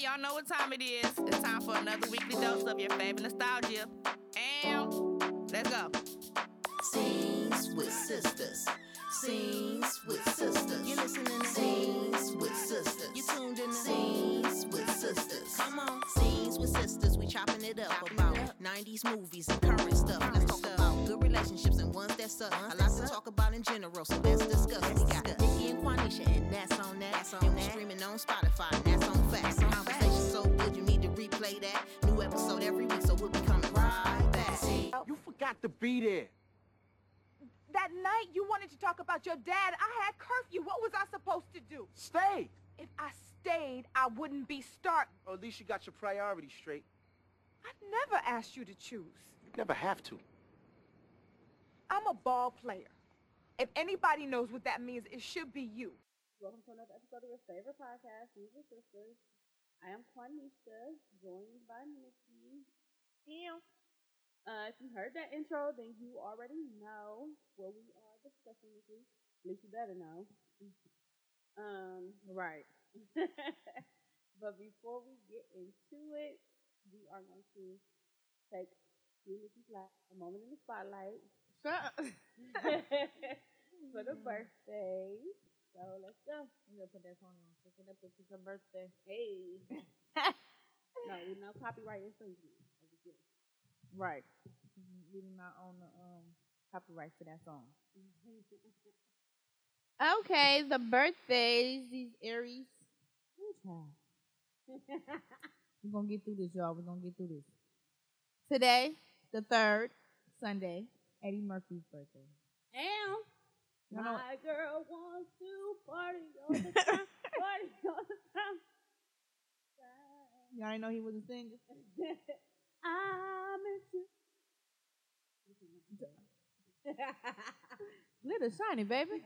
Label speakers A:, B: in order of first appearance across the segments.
A: y'all know what time it is. It's time for another weekly dose of your favorite nostalgia. And let's go.
B: Scenes with sisters. Scenes with sisters.
C: You listening to
B: Scenes with sisters.
C: You tuned in to
B: Scenes with sisters.
C: Come on. Scenes with sisters, we chopping it up
B: Chopping it
C: about
B: up.
C: 90s movies and current stuff. Let's talk about good relationships and ones that suck. A lot to talk about in general, so let's discuss. We got Nikki and Quanisha, and that's on that.
B: That's on
C: and we
B: that.
C: streaming on Spotify, and that's on facts. Conversation so good, you need to replay that. New episode every week, so we'll be coming right back.
D: You forgot to be there.
E: That night you wanted to talk about your dad. I had curfew. What was I supposed to do?
D: Stay.
E: If I stayed, I wouldn't be starting.
D: Or at least you got your priorities straight.
E: I never asked you to choose.
D: You never have to.
E: I'm a ball player. If anybody knows what that means, it should be you.
F: Welcome to another episode of your favorite podcast, These Are Sisters. I am Juanita, joined by Nikki. Damn. Uh, if you heard that intro, then you already know what we are discussing this week. At least you better know. Um, right. but before we get into it, we are going to take you, Nikki's life, a moment in the spotlight for the birthday. So let's go.
G: I'm gonna put that song on. Pick it up if it's her birthday.
F: Hey. no, we no copyright infringement. That's a gift.
G: Right. Mm-hmm. We do not own the um, copyright for that song. okay, the birthdays, these Aries. We're gonna get through this, y'all. We're gonna get through this. Today, the third Sunday, Eddie Murphy's birthday.
F: And
G: Y'all know-
F: my girl wants to party all the time. party all the time.
G: Y'all didn't know he was a singer.
F: I miss you.
G: Glitter shiny, baby.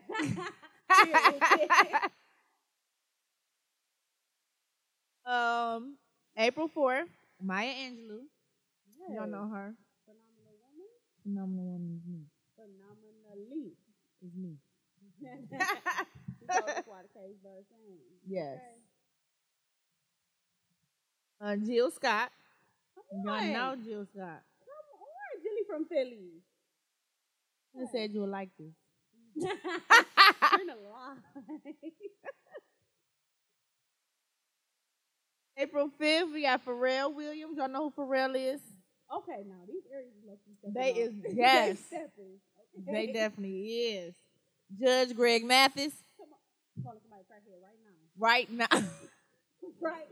G: um, April 4th, Maya Angelou. Y'all know her.
F: Phenomenal woman.
G: Phenomenal woman is me.
F: Phenomenally.
G: Is me.
F: so that's why the case does change.
G: Yes. Uh, Jill Scott.
F: Come
G: Y'all
F: on.
G: know Jill Scott.
F: Come on, Jilly from Philly.
G: Who said you would like this?
F: Turn a lie.
G: April 5th, we got Pharrell Williams. Y'all know who Pharrell is?
F: Okay, now these areas look
G: They is- yes.
F: they stepping.
G: They definitely is. Judge Greg Mathis.
F: calling somebody right here, right now,
G: Right now.
F: right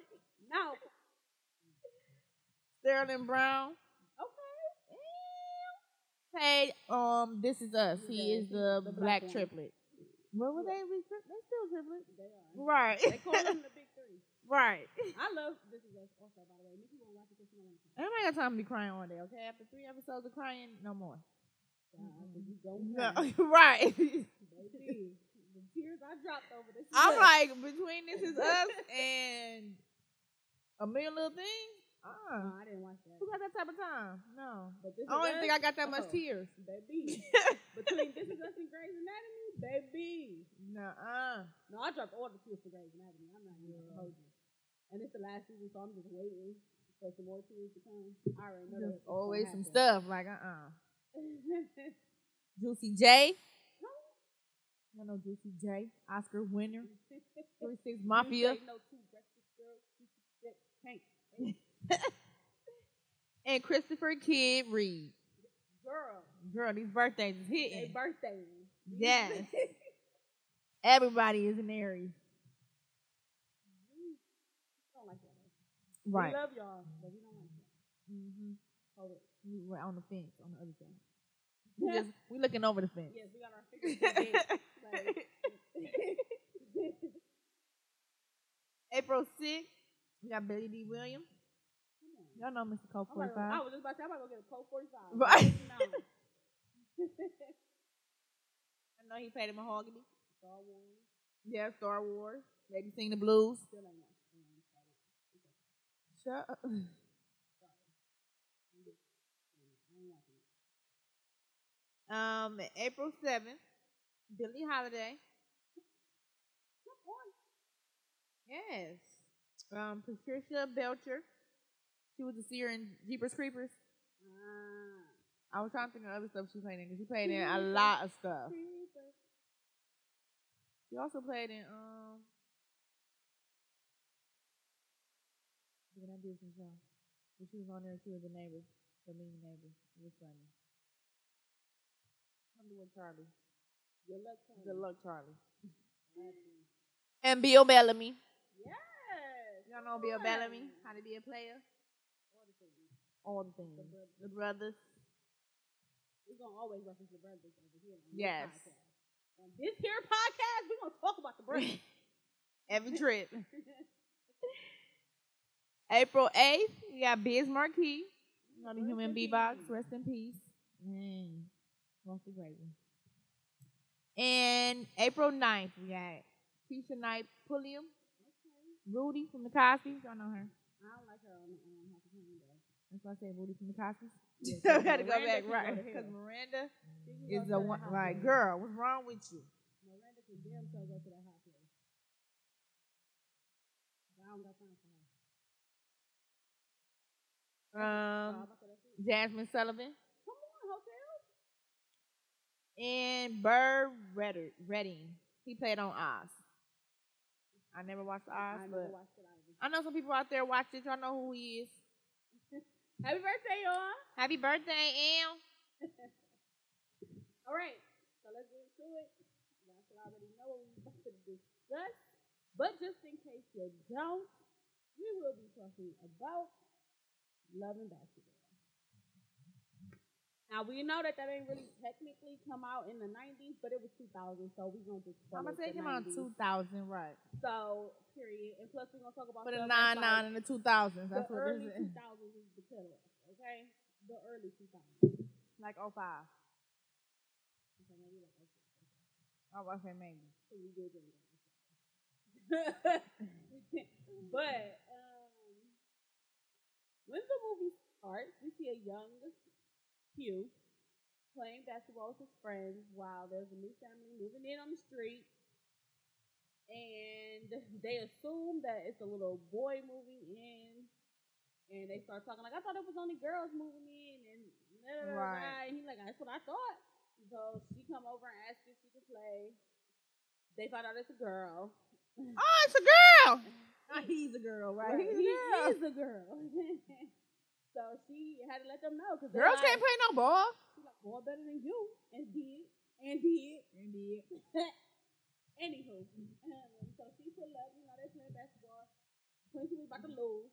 F: now.
G: Sterling Brown.
F: Okay.
G: Hey, um, this is us. He
F: Yeah,
G: is the,
F: the black
G: black,
F: one.
G: triplet. What were they? We tri- They still triplets.
F: They are. They
G: Right,
F: call them the big three.
G: right.
F: I love this is us also. By the way, Nikki won't watch it because she don't want to.
G: Everybody got time to be crying all day. Okay, after three episodes of crying, no more.
F: You don't
G: Mm-hmm. No,
F: know,
G: right.
F: baby. The tears I dropped over this.
G: I'm like between this is us and a million little things. Uh,
F: No, Oh, I didn't watch that.
G: who got that type of time? No,
F: But this
G: I don't
F: is
G: even
F: us,
G: think I got that much
F: Oh.
G: tears.
F: baby. Between this is us and Grey's Anatomy, baby.
G: Nuh-uh.
F: No, I dropped all the tears for Grey's Anatomy. I'm not even gonna hold you. And it's the last season, so I'm just waiting for some more tears to come. I already know
G: There's
F: that's
G: always
F: gonna
G: some
F: happen.
G: stuff like uh uh Juicy J. I know Juicy J, Oscar winner, Three Six Mafia,
F: You say no two breakfast girls, two six tank.
G: and Christopher Kidd Reed.
F: Girl,
G: Girl, these birthdays is
F: they
G: hitting.
F: birthday.
G: Yes. Everybody is an Aries.
F: don't like that.
G: Right.
F: We love y'all, but we don't like that.
G: Mm-hmm.
F: Hold it.
G: We're on the fence, on the other side. We just, we looking over the fence.
F: Yes, we got our fingers in the game. Like-
G: April 6th, we got Billy D. Williams.
F: Come on.
G: Y'all know Mr. Cole
F: I'm about
G: 45.
F: to- I was just about to say, I'm about to go get a Coke 45.
G: Right.
F: No.
G: I know he played in Mahogany.
F: Star Wars.
G: Yeah, Star Wars. Lady Sing the Blues.
F: Still ain't watched it. Mm, so
G: Shut up.
F: I ain't watching it.
G: Um, April 7th, Billie Holiday.
F: Come on.
G: Yes. Um, Patricia Belcher. She was a seer in Jeepers Creepers.
F: Ah.
G: I was trying to think of other stuff she played in because she played in a lot of stuff.
F: Creeper.
G: She also played in um. When I did some show, when she was on there, she was the neighbor, the mean neighbor. It was funny. I'm doing Charlie.
F: Good luck, Tony.
G: Good luck, Charlie.
F: Happy.
G: And Bill Bellamy.
F: Yes.
G: Y'all know Bill Bellamy? How to be a player? All the things. The brothers.
F: We're gonna always reference the brothers over here. On
G: Yes.
F: This podcast. On this here podcast, we're gonna talk about the brothers.
G: Every trip. April 8th, we got Biz Marquee. You know the
F: Rest
G: human
F: in
G: beatbox.
F: peace.
G: Rest in peace. Mm. Lost the great one. And April 9th, we got Keisha Knight Pulliam. Rudy from the Cosby's. Y'all know her.
F: I don't like her on the um, Happy Time though.
G: That's why I said Rudy from the Cosby's.
F: Yeah,
G: so we
F: 'cause
G: had to go
F: Miranda
G: back,
F: can
G: right?
F: go to hell.
G: Because Miranda
F: She can go
G: is
F: to
G: the
F: that
G: one,
F: hot
G: like,
F: place.
G: girl, what's wrong with you?
F: Miranda can damn sure go to that hot place. But I don't got time for her. So
G: Um,
F: I'm about to that's it.
G: Jasmine Sullivan
F: Come on, hotel.
G: and Burr Redder- Redding. He played on Oz. I never watched Oz,
F: I never
G: but
F: watched it either.
G: I know some people out there watch it. Y'all know who he is.
F: Happy birthday, y'all.
G: Happy birthday, Am.
F: All right, so let's get into it. Y'all should already know what we're about to discuss, but just in case you don't, we will be talking about love and basketball. Now we know that that ain't really technically come out in the '90s, but it was 2000, so we're gonna just
G: I'm
F: call it
G: gonna take
F: the
G: him on
F: 90s.
G: 2000, right?
F: So period, and plus we're gonna talk about
G: For the
F: stuff
G: nine
F: that's
G: nine
F: like
G: and the 2000s. That's
F: the
G: what
F: early
G: this is.
F: 2000s is the cutoff, okay? The early 2000s.
G: Like oh, 05.
F: Okay, maybe like okay.
G: Oh, okay, maybe.
F: So we did get it. but um, when the movie starts, we see a young Hugh playing basketball with his friends while there's a new family moving in on the street. And they assume that it's a little boy moving in. And they start talking like, I thought it was only girls moving in. And, da, da, da, da, da."
G: Right.
F: and he's like, that's what I thought. So she come over and asked if she could play. They found out it's a girl.
G: Oh, it's a girl.
F: Ah, he's a girl,
G: right? Oh, He's a
F: he
G: girl.
F: is a girl. so she had to let them know because
G: Girls can't play no ball.
F: She's like, more better than you, and did, and did, and did. Anywho, um, so she pulled up. You know they playing basketball. Quincy was about to lose,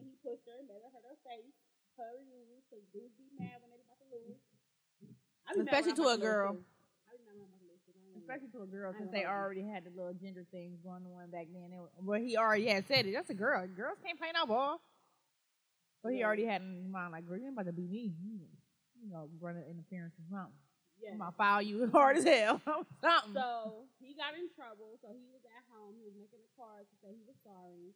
F: and he pushed her and made her hurt her face. Per usual, because dudes be mad when they about to lose. I be mad when
G: Especially
F: I'm about
G: to a
F: lose,
G: girl.
F: too. I be mad when I'm about to lose, too. I ain't gonna lie.
G: Especially to a girl,
F: I
G: since
F: know.
G: they already had the little gender things going on back then. It, well, he already had said it. That's a girl. Girls can't play no ball. So he
F: Yeah.
G: already had in his mind, like, girl, you ain't about to be me. You know, you know, running interference or something.
F: Yeah.
G: I'm going to foul you hard as hell. something.
F: So he got in trouble. So he was at home. He was making a card to say he was sorry.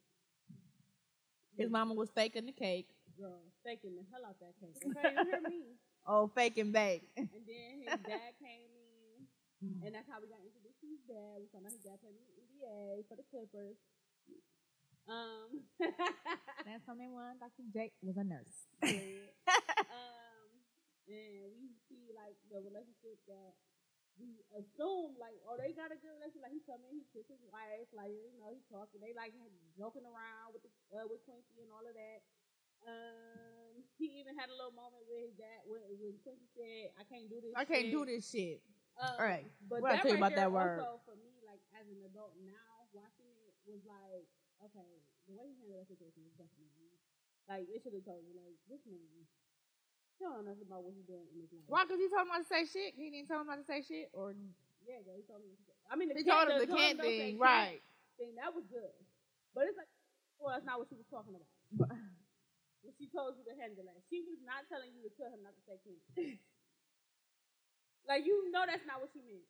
G: his mama was faking the cake.
F: Girl, faking the hell out that cake. Okay, you hear me?
G: Oh, fake and bake.
F: And then his dad came in, and that's how we got introduced to his dad. We found out his dad played in the NBA for the Clippers. Um,
G: Last time they won, Dr. Jake was a nurse.
F: um, and we see like the relationship that we assume like, oh, they got a good relationship. Like he come in, he kiss his wife, like you know, he talking. They like joking around with the, uh, with Twinkie and all of that. Um, he even had a little moment with his dad when, when Twinkie said, "I can't do this.
G: I can't
F: shit."
G: do this shit.
F: Um,
G: All right.
F: But
G: What I
F: that
G: tell you
F: right
G: about that
F: there
G: word?
F: also for me, like as an adult now, watching it was like, okay, the way he handled that situation is definitely like it should have told you, like this man, he don't know nothing about what he's doing in his life.
G: Why? Because he told him not to say shit. He didn't tell him not to say shit. Or
F: Yeah, girl, he told me. I mean, the
G: he
F: cat-
G: told him the
F: "Don't
G: cat
F: say
G: thing,
F: cat
G: right?
F: Thing that was good, but it's like, well, that's not what she was talking about. When she told you to handle that, she was not telling you to tell him not to say candy. like you know, that's not what she meant.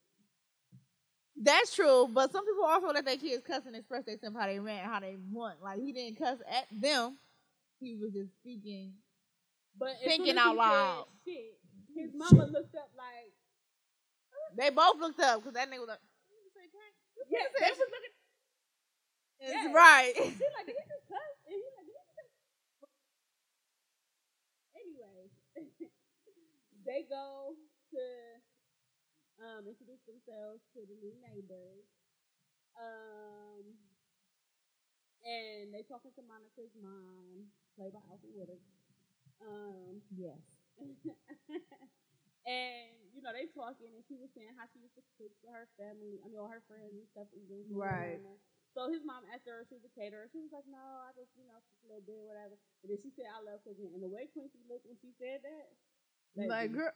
G: That's true, but some people also let their kids cuss and express themselves how they ran, how they want. Like he didn't cuss at them; he was just speaking.
F: But as
G: Thinking
F: soon as
G: out
F: he
G: loud.
F: said Shit, his mama looked up like,
G: They both looked up because that nigga was like,
F: yeah, they was looking.
G: "It's
F: Yeah.
G: right."
F: She like, did he just they go to um, introduce themselves to the new neighbors. Um, and they talking to Monica's mom, played by Alfie Woodard. Um,
G: Yes.
F: and you know they talking, and she was saying how she used to cook for her family. I mean, all her friends and stuff. Even when she was
G: Right.
F: younger. So his mom asked her if she was a caterer. She was like, "No, I just you know cook a little bit, whatever." And then she said, "I love cooking." And the way Quincy looked when she said that,
G: Like,
F: baby,
G: girl,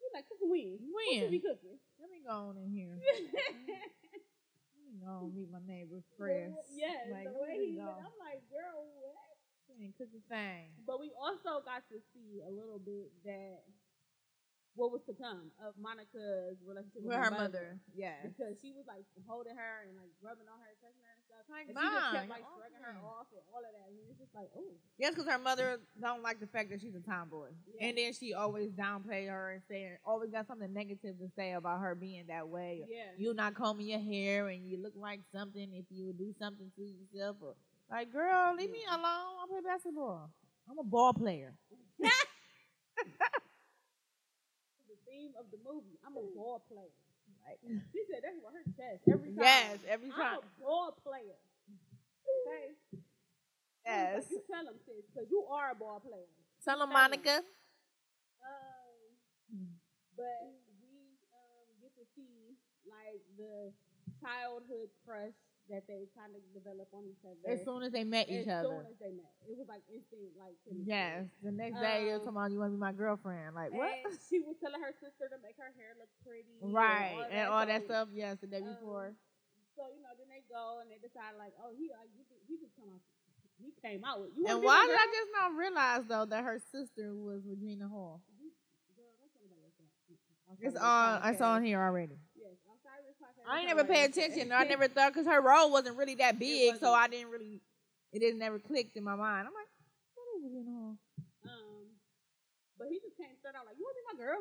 F: he like cooking wings. What you
G: When?
F: be cooking?
G: let me go on in here. Let me go on meet my neighbor's friends.
F: yes,
G: like,
F: the
G: let
F: way he.
G: me go.
F: Looked, I'm like, girl, what?
G: She ain't cooking thing.
F: But we also got to see a little bit that what was to come of Monica's relationship
G: With her mother. Yes.
F: Because she was like holding her and like rubbing on her, touching her and stuff.
G: Like,
F: and she just
G: "Mom,
F: kept like
G: you're
F: shrugging her
G: awesome."
F: off and all of that. And it's just like, oh,
G: Yes, because her mother don't like the fact that she's a tomboy,
F: Yeah.
G: and then she always downplay her and saying always got something negative to say about her being that way.
F: yeah.
G: You not combing your hair, and you look like something if you do something to yourself. Or, like, girl, leave me alone. I play basketball. I'm a ball player.
F: the theme of the movie. I'm a ball player.
G: Like,
F: She said that's what her chest every time.
G: yes, every time.
F: I'm a ball player. Okay.
G: Yes.
F: You tell them, sis, because you are a ball player.
G: Tell them, Monica.
F: Um,
G: Mm.
F: but we um, get to see like the childhood crush that they kind of develop on each other
G: As soon as they met
F: as
G: each
F: soon
G: other.
F: as they met. It was like instant, like chemistry.
G: Yes. The next day, you're
F: Um,
G: talking about you want to be my girlfriend. Like, what?
F: And she was telling her sister to make her hair look pretty, and
G: Right. And all that
F: So-
G: stuff. Yes, the day
F: Um,
G: before.
F: So you know, then they go and they decide like, oh, he uh, you, he just come out, he came out with you. wanna be
G: And why
F: my
G: did
F: girl?
G: I just not realize though that her sister was Regina Hall?
F: Girl, don't tell nobody else that.
G: It's on.
F: Outside of this
G: It's on
F: podcast.
G: here already.
F: Yes, outside of this podcast,
G: I ain't
F: don't
G: never
F: tell
G: paid
F: nobody else
G: attention.
F: that.
G: I never thought because her role wasn't really that big, so
F: wasn't.
G: I didn't really. It didn't never clicked in my mind. I'm like, what is Regina Hall?
F: Um, but he just came straight out like, "You want to be my girl?"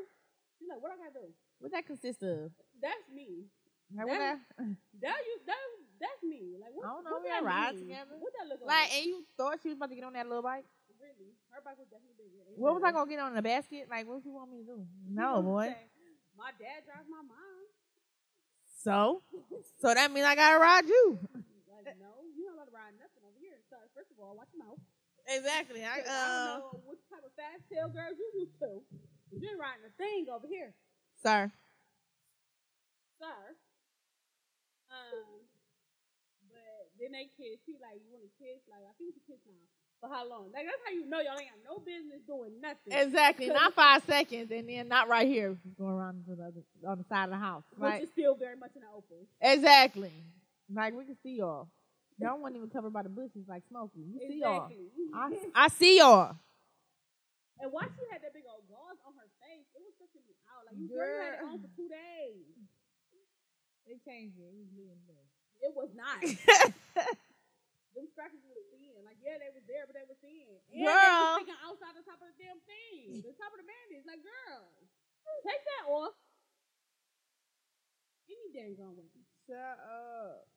F: She's like, "What I gotta do?"
G: What that consist of?
F: That's me.
G: Like, what
F: That-
G: that-
F: That you. That that's me. Like, what,
G: I don't know,
F: What
G: we
F: that
G: had rides
F: mean?
G: together.
F: What that look like?
G: like, and you thought she was about to get on that little bike?
F: really, her bike was definitely bigger. And
G: What was I
F: then
G: gonna get on the basket? Like, what you want me to do?
F: she goes to
G: No, boy.
F: say, My dad drives my mom.
G: So, so that means I gotta ride you.
F: Like, no, you not allowed to ride nothing over here. So first of all, watch your mouth.
G: Exactly. I, uh,
F: 'Cause I don't know what type of fast tail girls you used to. but You ain't riding a thing over here,
G: sir.
F: sir. Um, but then they kiss. He like, you want to kiss? Like, I think we should kiss now. For how long? Like, that's how you know y'all ain't got no business doing nothing.
G: Exactly,
F: Cause-
G: not five seconds, and then not right here. Going around to the other, on the side of the house,
F: Which
G: right?
F: is still very much in the open.
G: Exactly. Like we can see y'all. Y'all wasn't even covered by the bushes, like Smokey. You see y'all.
F: Exactly.
G: I, I see y'all.
F: and why she had that big old gauze on her face? It was such me out. Like, you girl, you had it
G: Girl.
F: on for two days.
G: It changed it.
F: It was not. Them scratches were thin. Like, yeah, they was there, but they were thin. And they
G: Girl.
F: was sticking outside the top of the damn thing. The top of the bandage. Like, girl, take that off. Any dang gone with it.
G: Shut up.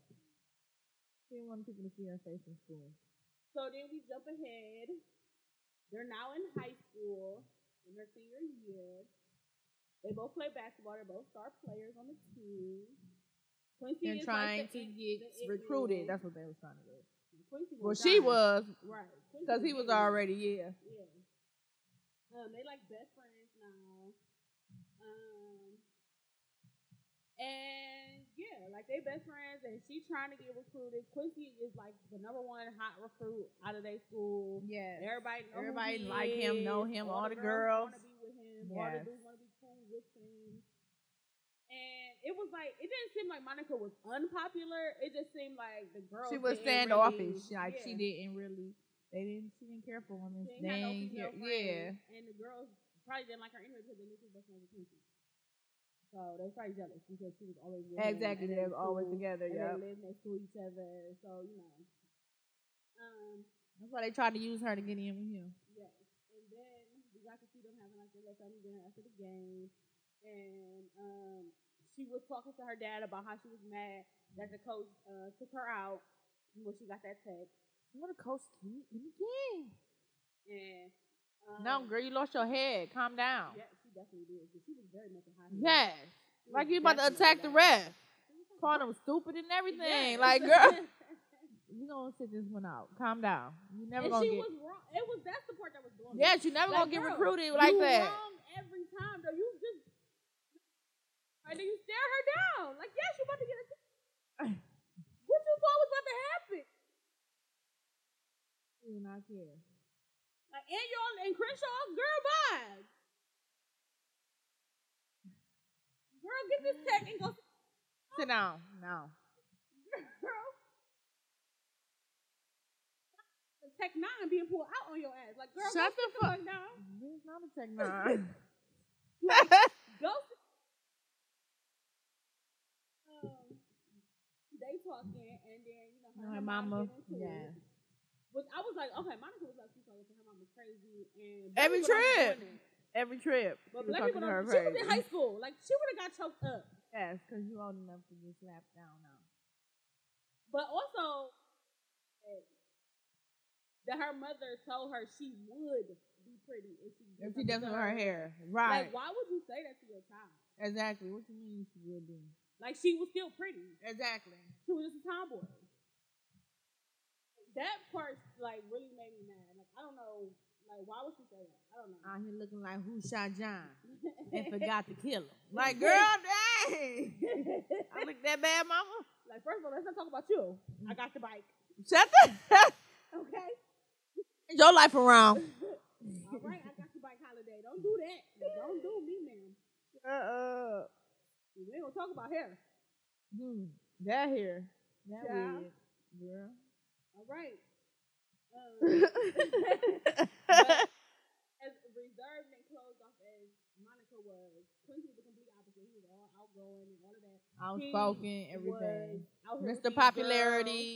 G: She didn't want people to see her face in school.
F: So then we jump ahead. They're now in high school in their senior year. They both play basketball. They're both star players on the team. Quincy
G: And
F: is
G: trying
F: like
G: to
F: the it-
G: get
F: the it
G: recruited.
F: man.
G: That's what they was trying to do.
F: Quincy
G: Well, she
F: dying.
G: was,
F: Right. Quincy
G: because he was
F: dying.
G: already, yeah.
F: Yeah. Um, they like best friends now. Um, and yeah, like they best friends, and she trying to get recruited. Quincy is like the number one hot recruit out of their school.
G: Yeah.
F: Everybody, know who
G: Everybody
F: he
G: like him,
F: is.
G: know him, all the girls.
F: want to be with him. All the
G: Yes.
F: dudes want to be cool with him. And it was like it didn't seem like Monica was unpopular. It just seemed like the girls.
G: She was
F: didn't really-
G: standoffish. Like,
F: yeah.
G: she didn't really, they didn't, she didn't care for women.
F: She ain't
G: They
F: had no
G: ain't
F: female
G: care- yeah.
F: friends, And the girls probably didn't like her anyway because they knew she was best friends with Quincy. So they was probably jealous because she was always with him,
G: Exactly.
F: and
G: They was
F: were
G: always
F: cool,
G: together,
F: And
G: yeah.
F: they lived next to each other, so you know. Um,
G: That's why they tried to use her to get in with him.
F: yes. And then we got to see them having like their little family dinner after the game, and um, she was talking to her dad about how she was mad that the coach uh, took her out when she got that text.
G: What a coach kid in the game.
F: And um,
G: No, girl, you lost your head. Calm down.
F: Yeah, she definitely did because she was very much a high.
G: Yes. Like you about to
F: Definitely
G: attack the
F: not.
G: ref. Called him stupid and everything.
F: Yes.
G: Like, girl, we gonna sit this one out. Calm down. You never
F: and
G: gonna
F: she
G: get.
F: was wrong. It was that's the part that was blowing. me.
G: yes, you never
F: Like,
G: gonna get
F: girl,
G: recruited like
F: you
G: that.
F: Wrong every time though. You just and then you stare her down. Like yes, you about to get. A what you thought was about to happen?
G: She did not care.
F: Like and y'all and Crenshaw, girl, bye. Girl, get this tech and go.
G: Sit down. No.
F: Girl, the tech nine being pulled out on your ass. Like girl,
G: Shut
F: go
G: the
F: sit
G: fuck-
F: down.
G: There's not a tech nine.
F: Go. sit- Um, they talking, and then you know her,
G: No,
F: and her
G: her mama.
F: mama. get into it.
G: Yeah.
F: But I was like, okay, Monica was like, she's talking to her mama crazy, and
G: Every
F: black people don't
G: trip.
F: be doing that.
G: Every trip.
F: But
G: she was
F: black
G: talking
F: people
G: to her
F: don't. She was in
G: crazy.
F: high school. Like she would have got choked up.
G: Yes, because you old enough to get slapped down now.
F: But also, eh, that her mother told her she would be pretty if she
G: If
F: did
G: she does
F: something
G: with
F: to
G: her hair. Right.
F: Like, why would you say that to your child?
G: exactly. What you mean she would be?
F: Like she was still pretty.
G: Exactly.
F: She was just a tomboy. That part like really made me mad. Like I don't know, like why would she say that? I don't know.
G: Out here looking like who shot John and forgot to kill him. Like, girl, dang. I look that bad, mama.
F: like first of all, let's not talk about you. I got the bike.
G: Shut the
F: Okay.
G: your life around.
F: All right, I got the bike holiday. Don't do that. Don't do me, man.
G: Uh uh.
F: We ain't gonna talk about hair.
G: Hmm. That hair. That
F: Yeah.
G: wig. Girl.
F: All right. Um, but as reserved and closed off as Monica was, Quincy was the complete opposite. He was all outgoing and all of that.
G: Outspoken,
F: He
G: everything.
F: was out here with
G: Mr.
F: these girls.
G: Popularity.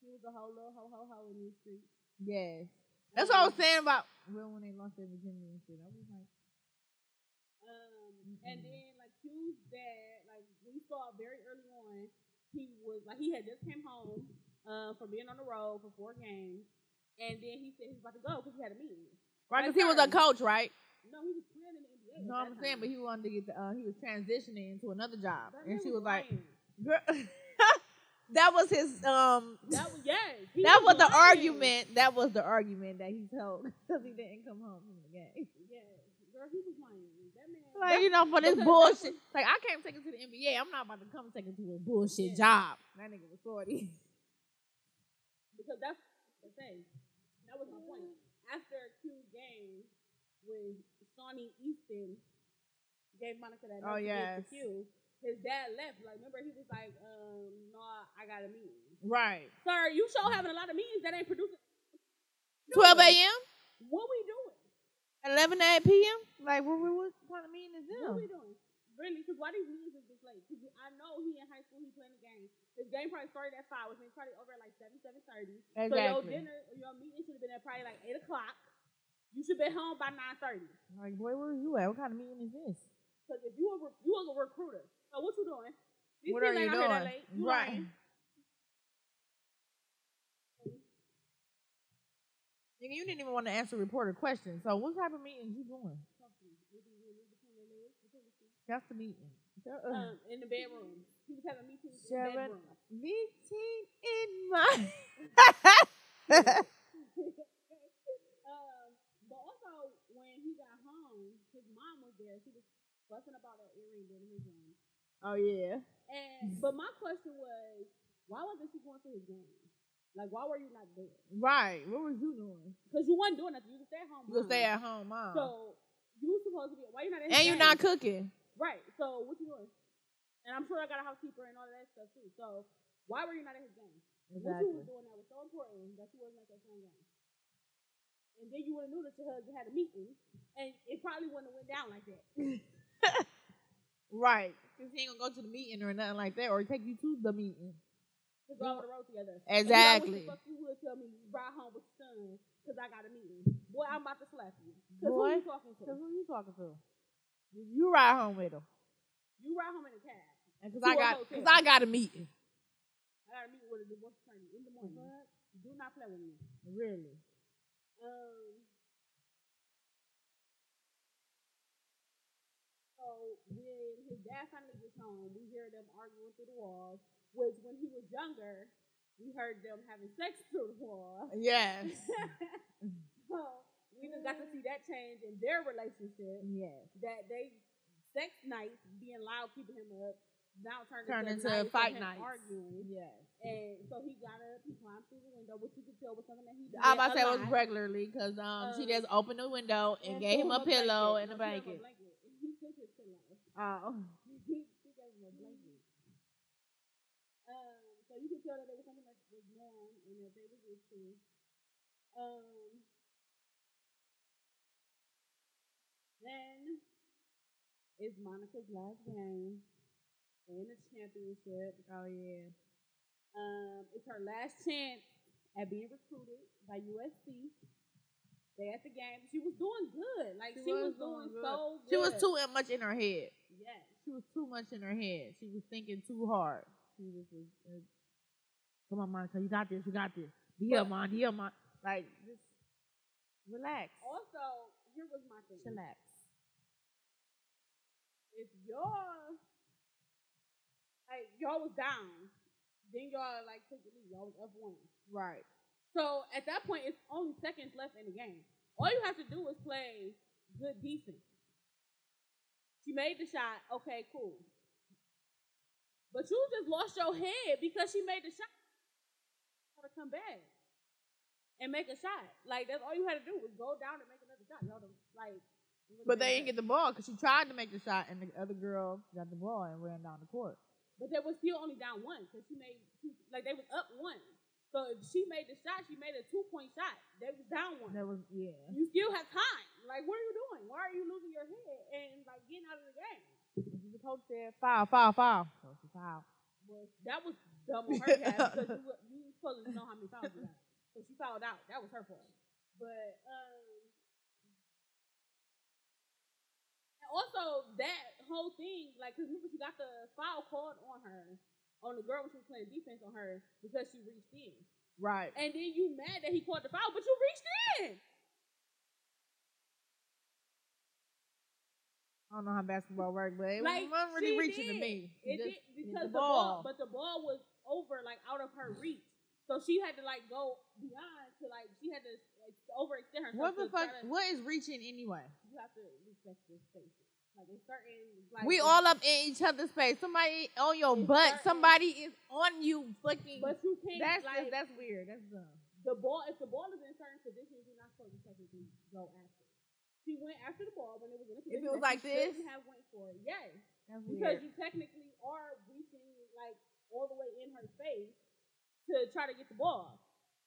F: He was a whole little ho ho ho in these streets.
G: Yes. That's what I was saying about Will when they lost their virginity and shit. I was like,
F: Um, and then like Q's dad, like we saw very early on, he was like he had just came home uh, from being on the road for four games, and then he said he was about to go because he had a meeting.
G: right,
F: Like
G: because he was a
F: her.
G: coach, right?
F: No, he was playing in the NBA.
G: No, I'm saying, but he wanted to get the, uh, he was transitioning into another job, and she was like, "Girl, that was his um,
F: "That was yes." he
G: that was the
F: lying.
G: argument. That was the argument that he told because he didn't come home from the game.
F: Yeah, girl, he was lying. That man,
G: Like you know, for this
F: because
G: bullshit. Like I can't take it to the NBA. I'm not about to come take it to a bullshit
F: Yeah.
G: job. That nigga was forty.
F: because that's the thing. That was my point. After Q's game, when Shawnee Easton gave Monica that
G: Oh,
F: note to give
G: yes.
F: to Q, his dad left. Like, remember he was like, um, "No, I got a meeting."
G: Right.
F: Sir, you show having a lot of meetings that ain't producing.
G: Twelve a.m.
F: What we doing?
G: Eleven p.m. Like what, what, what kind of meeting is
F: What we
G: this?
F: doing? Really? Because why these meetings is this late? Because I know he in high school, he playing the game. His game probably started at five, which means probably over at like seven, seven thirty. So your
G: Exactly.
F: dinner, your meeting should have been at probably like eight o'clock. You should been home by nine thirty.
G: Like boy, where are you at? What kind of meeting is this?
F: Because if you a re- you was a recruiter, so what you doing? These
G: What
F: kids ain't
G: are you
F: out here that
G: doing?
F: late. You
G: Right.
F: lying.
G: Nigga, you didn't even want to answer reporter questions. So what type of meeting you doing? That's the meeting. Uh-uh. Shut up.
F: Um, in the bedroom, he was having meetings in the
G: Sharon.
F: bedroom.
G: meeting in my.
F: Um, but also when he got home, his mom was there. She was fussing about her earring in his room.
G: oh yeah.
F: And but my question was, why wasn't she going to his game? Like, why were you not there?
G: Right. What was you doing?
F: Because you wasn't doing nothing. You was stay at home.
G: You
F: mom.
G: stay at home, mom.
F: Hmm. So you were supposed to be. Why you not? At his
G: and you're
F: game?
G: not cooking.
F: Right. So what you doing? And I'm sure I got a housekeeper and all that stuff too. So why were you not at his game? What you was doing that was so important that you wasn't at that same game. And then you would have knew that your husband had a meeting, and it probably wouldn't have went down like that.
G: Right. Cause he ain't gonna go to the meeting or nothing like that, or take you to the meeting.
F: Cause we're on the road together.
G: Exactly.
F: You know what the fuck you would tell me? Ride home with your son, cause I got a meeting. Boy, I'm about to slap you. Cause who
G: Boy.
F: you talking to?
G: Cause who you talking to? You ride home with him.
F: You ride home in a cab.
G: And cause
F: To
G: I
F: a
G: got,
F: hotel.
G: cause I got a meeting.
F: I got a meeting with a divorce attorney in the morning. Do not play with me.
G: Really?
F: Um, That's how niggas home. We hear them arguing through the walls, which when he was younger, we heard them having sex through the walls.
G: Yes.
F: so we just got to see that change in their relationship.
G: yes.
F: That they sex nights being loud, keeping him up, now turned
G: Turned
F: into,
G: into a
F: nights of
G: fight
F: him
G: night.
F: arguing.
G: Yes.
F: And so he got up, he climbed through the window, which you could tell was something that he did.
G: I about to say
F: a
G: it was
F: lot.
G: regularly because um,
F: Um,
G: she just opened the window and,
F: threw
G: gave him a pillow and a
F: No, she gave him
G: blanket.
F: He took his pillow.
G: Oh.
F: he he gave him a blanket. Um, so you could tell that they were something that was known and that they were used to. Um, then it's Monica's last game. They in the championship.
G: Oh, yeah.
F: Um, it's her last chance at being recruited by USC. They at the game. She was doing good. Like she, was, doing, so good.
G: She was too much in her head.
F: Yes.
G: She was too much in her head. She was thinking too hard. She was, was uh, come on, Monica, you got this, you got this. Be up, Mon, be up, Mon. Like, just relax.
F: Also, here was my thing.
G: Chillax.
F: If y'all, like y'all was down, then y'all like took the lead. Y'all was up one.
G: Right.
F: So at that point, it's only seconds left in the game. All you have to do is play good defense. She made the shot. Okay, cool. But you just lost your head because she made the shot. Gotta come back and make a shot. Like that's all you had to do was go down and make another shot. Y'all done, like.
G: But they didn't get the ball because she tried to make the shot, and the other girl got the ball and ran down the court.
F: But they were still only down one because she made two, like they was up one. So if she made the shot, she made a two point shot. They was down one.
G: That was yeah.
F: You still have time. Like what are you doing? Why are you losing your head and like getting out of the game?
G: The coach said foul, foul, foul. So she fouled.
F: Well, that was dumb on her half because you, you were supposed to know how many fouls you got. So she fouled out. That was her fault. But um, and also that whole thing, like, because remember she got the foul called on her, on the girl when she was playing defense on her because she reached in.
G: Right.
F: And then you mad that he called the foul, but you reached in.
G: I don't know how basketball works, but it
F: Like,
G: wasn't really
F: she
G: reaching to
F: did.
G: me.
F: It
G: Just-
F: did because the
G: the
F: ball.
G: ball.
F: but the ball was over, like out of her reach. So she had to like go beyond to like she had to like, overextend herself.
G: What the
F: to
G: fuck?
F: try to-
G: What is reaching anyway?
F: You have to respect your space. Like it's certain. Like,
G: We all up in each other's face. Somebody on your
F: It's
G: butt.
F: certain-
G: Somebody is on you. Fucking.
F: But you can't.
G: That's just-
F: like,
G: that's weird. That's dumb.
F: the ball. If the ball is in certain positions, you're not supposed to technically go after. it. She went after the ball when it was in a
G: If it
F: position
G: was
F: that
G: like
F: she shouldn't
G: this?
F: have went for it. Yes.
G: That's
F: because
G: weird.
F: you technically are reaching like all the way in her face to try to get the ball.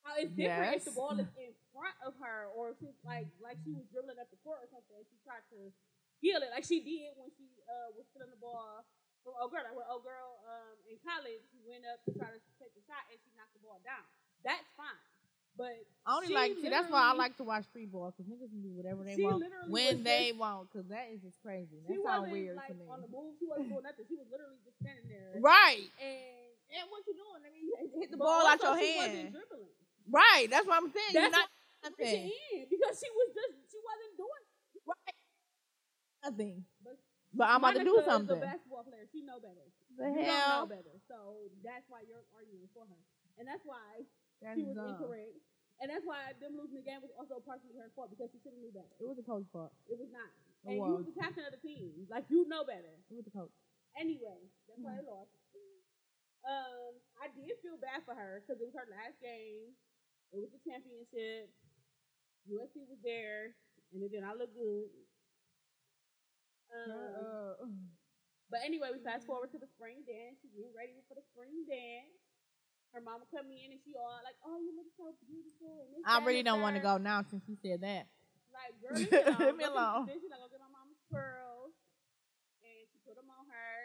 F: Now, it's different if the
G: Yes.
F: ball is in front of her or if it's like like she was dribbling up the court or something and she tried to steal it like she did when she uh, was stealing the ball from old girl. Like when old girl um, in college, she went up to try to take the shot and she knocked the ball down. That's fine, but
G: I only
F: she
G: like. See, that's why I
F: literally-
G: like to watch free ball because niggas can do whatever they
F: She
G: want
F: literally was
G: when they
F: just-
G: want because that is just
F: she
G: crazy. That
F: wasn't
G: sounds weird
F: like
G: to me.
F: on the move. She wasn't doing nothing. She was literally just standing there.
G: Right.
F: And and what you doing? I mean, you
G: Hit the
F: but
G: ball out
F: also
G: your
F: she Wasn't
G: hand.
F: dribbling.
G: Right. That's what I'm saying. You're
F: That's
G: not
F: She
G: nothing.
F: in because she was just she wasn't doing.
G: Nothing.
F: But-
G: But I'm about to do
F: Monica Is
G: something.
F: a basketball player. She know better.
G: The
F: You don't know
G: hell.
F: better. So that's why you're arguing for her, and that's why
G: That's
F: she was
G: dumb.
F: incorrect, and that's why them losing the game was also partially her fault because she should have knew better.
G: It was the coach fault.
F: It was not.
G: It
F: And you
G: was.
F: was the captain of the team. Like you know better.
G: It was the coach.
F: Anyway, that's why they
G: Mm-hmm.
F: lost. Um, I did feel bad for her because it was her last game. It was the championship. USC was there, and it did not look good. Um, but anyway, we
G: Mm-hmm.
F: fast forward to the spring dance. She's getting ready for the spring dance. Her mama come in and she all like, "Oh, you look so beautiful." And this,
G: I
F: that,
G: really
F: and
G: don't want to
F: third."
G: go now since you said that.
F: Like, girl, leave me alone. Go
G: Leave me
F: get the
G: alone.
F: fish, and I go get my mama's pearls. And she put them on her.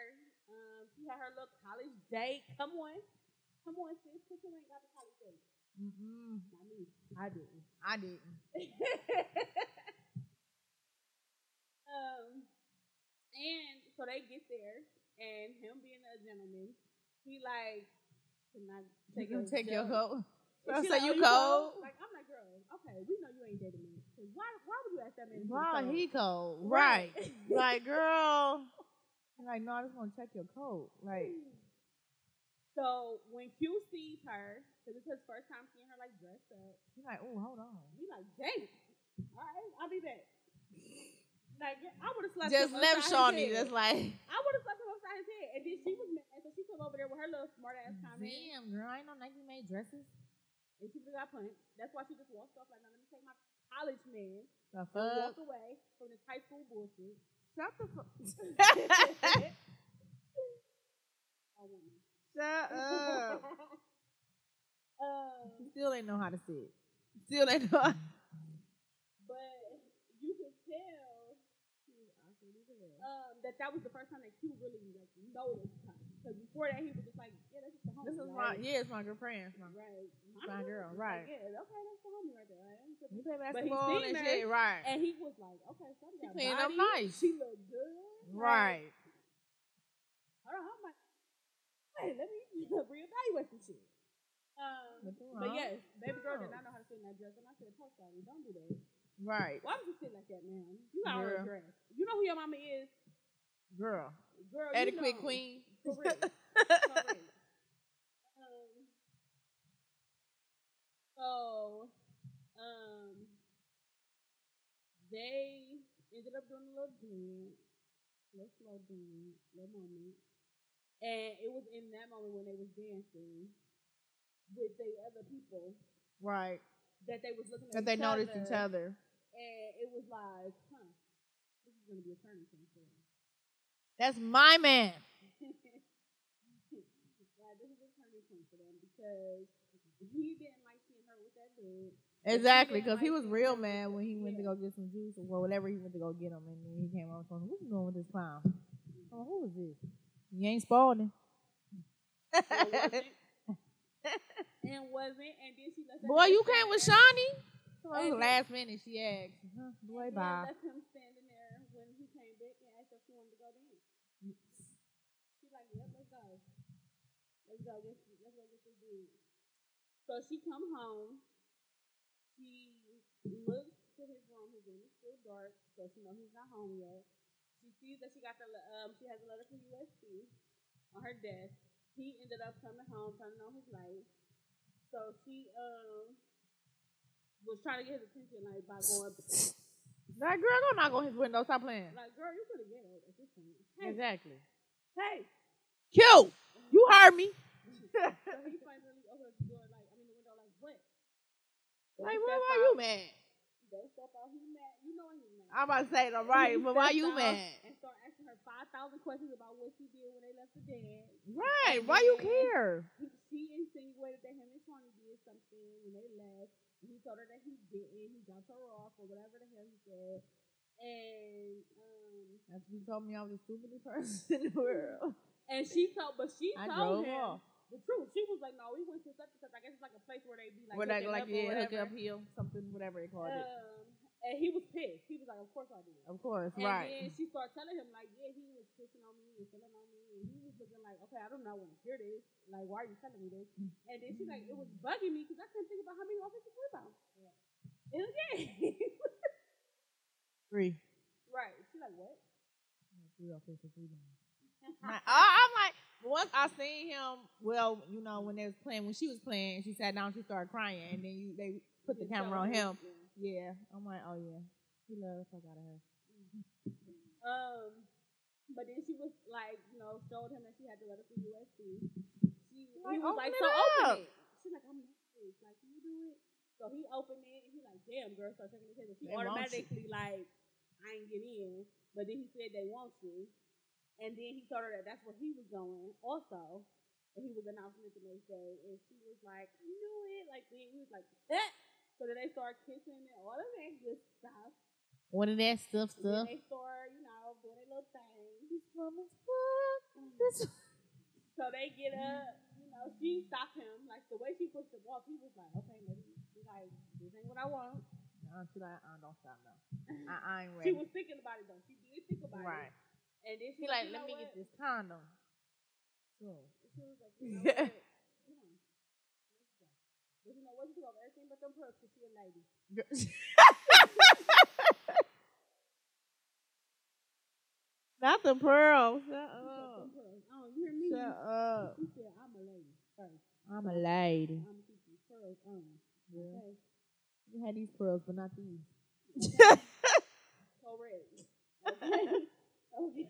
F: Um, she had her little college date. Come on. Come on, sis. Cause you ain't got the college date.
G: Mm-mm,
F: Not me. I didn't.
G: I didn't.
F: um, and so they get there, and him being a gentleman, he like, can I
G: You
F: take, a
G: can take your
F: jug?"
G: coat.
F: And she
G: So
F: like,
G: you
F: "Oh,
G: cold?"
F: Like, I'm like, girl, okay, we know you ain't dating me. So why, why would you ask that man? if he's
G: Wow,
F: cold?"
G: he cold. Right. like, girl, Like, no, I just want to check your code. Like,
F: So when Q sees her, because it's his first time seeing her like dressed up,
G: you're like, oh, hold on.
F: he like, dang, all right, I'll be back. Like I would have slept.
G: Just
F: him
G: left
F: upside
G: Shawnee.
F: his head.
G: That's like,
F: I would have slept him upside his head, and then she was mad, so she come over there with her little smart ass comment,
G: damn, girl, I ain't no Nike made dresses.
F: and she would've got punched. That's why she just walked off like, now let me take my college man,
G: The
F: and
G: fuck?
F: walk away from this high school bullshit.
G: Shut the fuck.
F: I won.
G: Shut up.
F: Uh,
G: Still ain't know how to sit. Still ain't know. How-
F: but you could tell um, that that was the first time that Q really like noticed her. Because before that, he was just like, yeah, that's just the homie.
G: this is my
F: like,
G: yeah, it's my girlfriend. It's my
F: right,
G: my
F: homie.
G: girl,
F: Like,
G: right.
F: yeah, okay, that's the homie right there. Right? That's the-
G: We play
F: he
G: basketball
F: seen
G: and
F: her.
G: shit, right?
F: And he was like, okay, so I'm got
G: cleaned up
F: body.
G: nice.
F: She look good. Like,
G: right.
F: hold on, I'm like, wait, let me reevaluate some shit. Um,
G: Nothing
F: but
G: wrong.
F: yes, baby girl did
G: No.
F: not know how to fit in that dress, and I said, "Post sorry, don't do that."
G: Right.
F: Why would you sit like that, man? You got on a
G: Girl.
F: dress. You know who your mama is,
G: Girl.
F: girl. you
G: Adequate
F: know.
G: queen.
F: For real. For real. Um, so, um, they ended up doing a little dance, little slow dance, little moment, and it was in that moment when they was dancing with the other people
G: Right.
F: that they was looking at
G: That they
F: each
G: noticed
F: other,
G: each other.
F: and it was like, huh, this is gonna be a turning point for them.
G: That's my man.
F: yeah, this is a turning point for them because he didn't like seeing her with that dude.
G: Exactly,
F: Yeah,
G: because he
F: like,
G: was real
F: yeah,
G: mad when he went to
F: yeah.
G: go get some juice or whatever he went to go get him, and then he came over and told him, "What you doing with this clown? I'm like, Who is this? You ain't Spalding."
F: And wasn't. and wasn't. And then she left. that
G: Boy,
F: man
G: you came with
F: standing
G: Shawnee. So that
F: And
G: was the
F: then-
G: last minute she asked. Huh,
F: there,
G: Boy,
F: and
G: bye.
F: Left him standing there when he came back and asked if she wanted to go dance. She's like, "Yep, let's go. Let's go. Let's, let's go get this dude." So she come home. She looks to his room. His room is still dark, so she knows he's not home yet. She sees that she got the le- um, she has a letter from USC on her desk. He ended up coming home, turning on his light. So she um was trying to get his attention, like by going
G: That girl go knock on his window. Stop playing.
F: like, "Girl, you could have get it at this point." Hey,
G: Exactly.
F: hey.
G: Q, you heard me.
F: So he finally opens the door, like I mean the window, like what?
G: Like, why why you mad?
F: They step out. He mad. You know he's mad.
G: I'm about to say, all right, but why
F: Steps
G: you
F: out
G: mad?
F: And start asking her five thousand questions about what she did when they left the dad.
G: Right? Why you care?
F: He, she insinuated that him and Tony did something when they left. And he told her that he didn't. He dropped her off or whatever the hell he said. And um,
G: That's what you told me I was the stupidest person in the world.
F: and she told, but she
G: I
F: told
G: drove
F: him
G: off.
F: the truth. She was like, "No, we went to such and such. I guess it's like a place where they be like,
G: What I
F: hooking
G: like,
F: up or
G: yeah, hook
F: whatever.
G: up Uh, heel, something, whatever they called it.
F: Um, and he was pissed. He was like, "Of course I did."
G: Of course,
F: And
G: right.
F: then she started telling him like, "Yeah, he was kissing on me and feeling on me, and he was looking like, okay, I do not want to hear this. Like, why are you telling me this?" And then she like, it was bugging me because I couldn't think about how many offensive rebounds. Yeah. It was yeah.
G: Three.
F: right. She like, what?
G: Three offensive rebounds. Like, I, oh, I'm like, once I seen him, well, you know, when they was playing, when she was playing, she sat down, she started crying, and then you, they put the
F: Just
G: camera on
F: showing
G: him.
F: Yeah.
G: Yeah, I'm like, oh yeah, he loved the fuck out of her.
F: Um, but then she was like, you know, showed him that she had the letter from USC. She
G: Like,
F: he was
G: open
F: like,
G: it
F: so open
G: up."
F: it. She's like, I'm nervous. Like, can you do it? So he opened it and he like, damn, girl, start checking his head. And She
G: They want you.
F: automatically like, I ain't get in. But then he said they want you. And then he told her that that's where he was going also. And he was announcing it the next day. And she was like, I knew it. Like, then he was like, that. So then they start kissing and all of that good stuff.
G: One of that stuff,
F: And then
G: stuff.
F: they start, you know, doing their little thing. So they get up, you know, she stopped him. Like the way she pushed him off, he was like, okay, maybe he's like, this ain't what I want.
G: Uh, she like, uh, don't stop now. I, I ain't
F: She
G: ready.
F: was thinking about it though. She did think about
G: right.
F: it. And then she
G: She
F: was
G: like,
F: you
G: let
F: know
G: me
F: what?
G: get this condom. So,
F: She was like, you know what? Come on. Let's go. But you know what? She took off everything but them perks because she a lady.
G: Girl- Not the pearl. Shut up.
F: Oh, you hear me?
G: Shut up.
F: She said, I'm a lady first.
G: I'm a lady.
F: I'm gonna keep these pearls on.
G: Yeah.
F: Okay.
G: You had these pearls, but not these.
F: Correct. Okay. okay.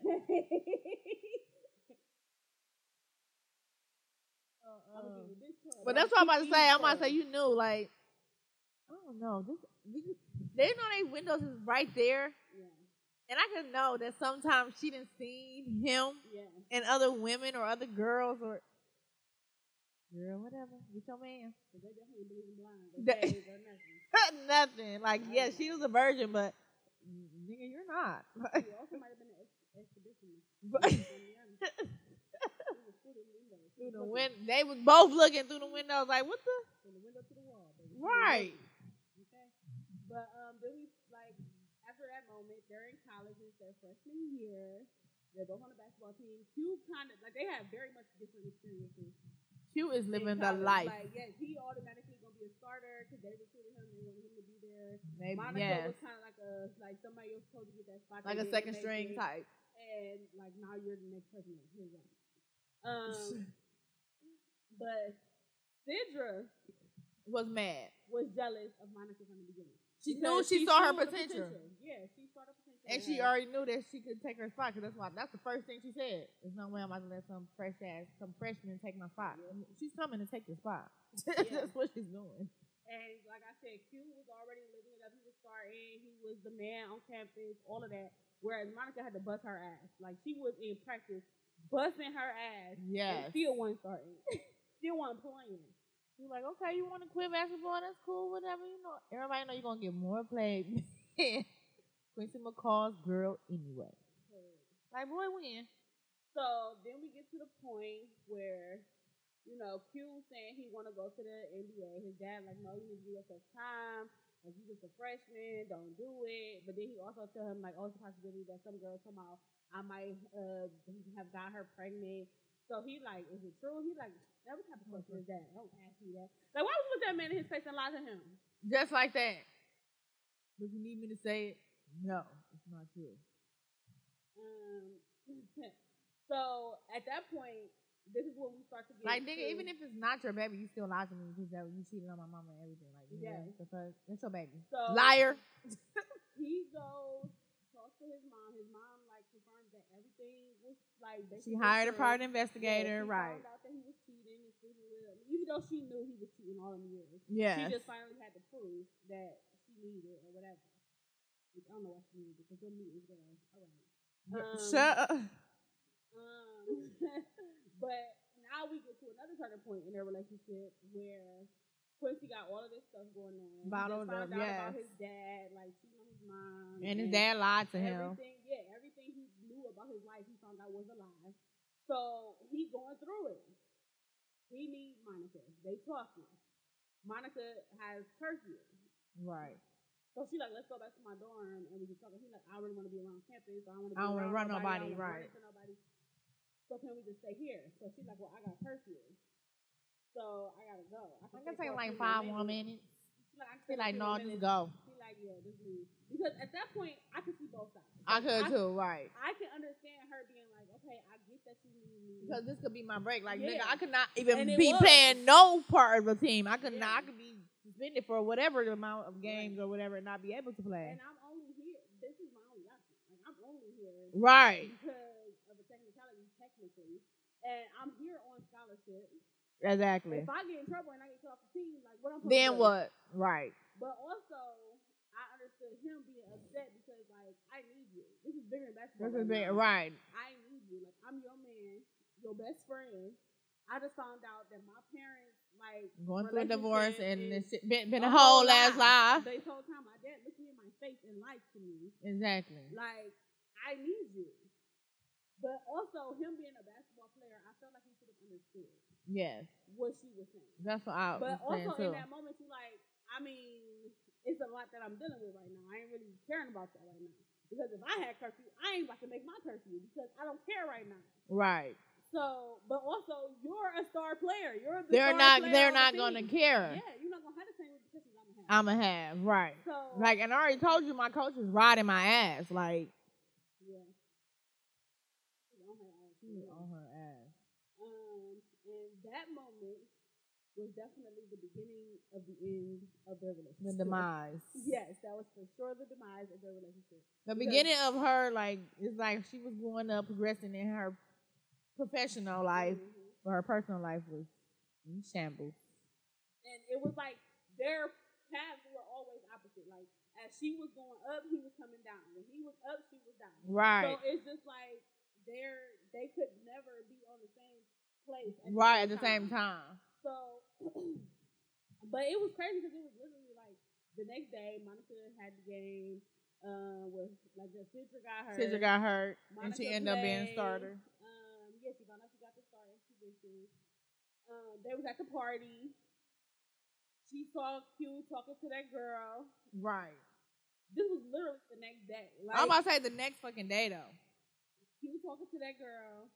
G: But that's what I'm about to say. I'm about to say you knew, like, I don't know. This, you- they know they windows is right there,
F: Yeah.
G: and I could know that sometimes she didn't see him
F: Yeah.
G: and other women or other girls or girl, whatever. Get your man.
F: But they definitely believe in blind.
G: That-
F: They or nothing.
G: Nothing. Like, yeah, she was a virgin, but nigga, you're not.
F: She also might have been an ex- exhibitionist.
G: But-
F: if I'm being honest. She was through the window. She
G: through
F: was
G: the
F: looking
G: win, they was both looking through the windows, like, what the
F: From the window to the wall. Baby. She was
G: right?
F: Okay. But um, then we like after that moment, they're in college. It's their freshman year. They're both on the basketball team. Two kind of like they have very much different experiences.
G: Q is
F: in
G: living the
F: college.
G: life.
F: Like yeah, he automatically gonna be a starter because they recruited him. They wanted him to be there.
G: Maybe,
F: Monica
G: yes,
F: was kind of like a like somebody else told you to get that spot.
G: like
F: they
G: a
F: didn't
G: second
F: make
G: string
F: it,
G: type.
F: And like now you're the next person. that- Here's one. Um, but Sidra
G: Was mad.
F: was jealous of Monica from the beginning.
G: She
F: No,
G: knew she, saw her
F: the
G: potential.
F: Yeah, she saw the potential.
G: And
F: in her.
G: she already knew that she could take her spot because that's why that's the first thing she said. There's no way I'm about to let some fresh ass, some freshman take my spot. She's coming to take your spot.
F: Yeah.
G: that's what she's doing.
F: And like I said, Q was already living it up. He was starting. He was the man on campus, all of that. Whereas Monica had to bust her ass. Like she was in practice, busting her ass. And
G: Yes.
F: still wasn't starting. still wasn't playing.
G: You're like, okay, you want to quit basketball? That's cool, whatever. You know, everybody know you're gonna get more play. Quincy McCall's girl anyway. Like, boy, when?
F: So then we get to the point where, you know, Q saying he want to go to the NBA. His dad like, no, you need to give yourself time. Like, you just a freshman, don't do it. But then he also tell him like, oh, it's a possibility that some girl come out. I might uh, have got her pregnant. So he like, is it true? He like, that what type of question is that? Don't ask me that. Like, why would you put that man in his face and lie to him?
G: Just like that. But you need me to say it? No, it's not true.
F: Um, so at that point, this is when we start to get
G: Like nigga,
F: to-
G: even if it's not your baby, you still lie to me because that you cheated on my mama and everything. Like nigga,
F: Yeah.
G: that's the first, that's your baby.
F: So-
G: Liar.
F: he goes talks to his mom. His mom like confirms that everything was like
G: She
F: basically
G: hired a
F: true.
G: private
F: Yeah,
G: investigator,
F: she
G: right?
F: Found out that he was cheating and sleeping with him, even though she knew he was cheating all them years.
G: Yeah.
F: She just finally had to prove that she needed or whatever. Which I don't know what she needed because them meetings there. All right. Um,
G: Shut up.
F: um, but now we get to another turning point in their relationship where Quincy got all of this stuff going on. He just
G: Bottled
F: found out
G: up,
F: about
G: yes.
F: his dad, like cheating on his mom,
G: And his dad lied to him.
F: everything. Yeah, everything he knew about his life, he found out was a lie. So he going through it. He needs Monica. They talking. Monica has curfew.
G: Right.
F: So she like, let's go back to my dorm and we can talk. And he like, I don't really want to be around campus. I don't want to.
G: I don't
F: want
G: wanna
F: to
G: run nobody, right.
F: Nobody. So can we just stay here? So she's like, well, I got curfew. So I gotta go.
G: I
F: stay
G: can
F: for a
G: take
F: few
G: like
F: more
G: five more
F: minutes.
G: minutes.
F: She like, I can
G: Be
F: stay
G: like,
F: for a few
G: no,
F: more
G: just
F: minutes."
G: go.
F: She like, yeah, just leave. Because at that point, I could see both sides.
G: I could too, right?
F: I can understand her being like, okay, I get that you need me.
G: Because this could be my break. Like nigga,
F: Yeah.
G: I could not
F: And
G: even
F: it
G: be
F: was.
G: playing no part of the team. I could
F: Yeah.
G: not. I could be suspended for whatever amount of games or whatever, and not be able to play.
F: and I'm only here. This is my only option. Like I'm only here.
G: Right.
F: because of a technicality, technically. And I'm here on scholarship.
G: Exactly.
F: If I get in trouble and I get cut off the team, like what I'm supposed to do?
G: Then what? Right.
F: But also, I understood him being upset because like I need you. This is bigger than basketball.
G: This is
F: right
G: big,
F: now.
G: right.
F: I need you. Like I'm your man, your best friend. I just found out that my parents like
G: Going through a divorce
F: relationship
G: and this
F: is
G: shit been, been a whole ass lie.
F: They whole time my dad looked me in my face and lied to me.
G: Exactly.
F: Like, I need you. But also, him being a basketball player, I felt like he should have understood
G: Yes.
F: what she was saying.
G: That's what I was
F: But
G: saying
F: also, in
G: Oh, too.
F: that moment, you like, I mean, it's a lot that I'm dealing with right now. I ain't really caring about that right now. Because if I had curfew, I ain't about to make my curfew because I don't care right now.
G: Right.
F: So, but also, you're a star player. You're the
G: They're
F: star
G: not
F: player
G: they're
F: on the
G: not gonna
F: team.
G: care.
F: Yeah, you're not gonna have the same repercussions I'm gonna have.
G: I'ma have. Right.
F: so,
G: Like and I already told you my coach is riding my ass. Like
F: yeah. Um, was definitely the beginning of the end of their
G: The
F: relationship.
G: demise.
F: Yes, that was for sure the demise of their relationship.
G: The beginning of her, like, it's like she was growing up, progressing in her professional life,
F: Mhm.
G: but her personal life was in shambles.
F: and it was like their paths were always opposite. Like as she was going up, he was coming down. When he was up, she was down.
G: Right.
F: So it's just like they're they could never be on the same place.
G: right at the same time.
F: So, but it was crazy because it was literally like the next day, Monica had the game. Uh, was like the Sidra got her.
G: Sidra got hurt, and
F: Monica
G: she ended up being
F: played.
G: starter.
F: Um, yeah, she found out she got the star and she did it. Um, they was at the party. She saw Q talking to that girl.
G: Right.
F: This was literally the next day. Like
G: I'm about to say the next fucking day though.
F: Q talking to that girl,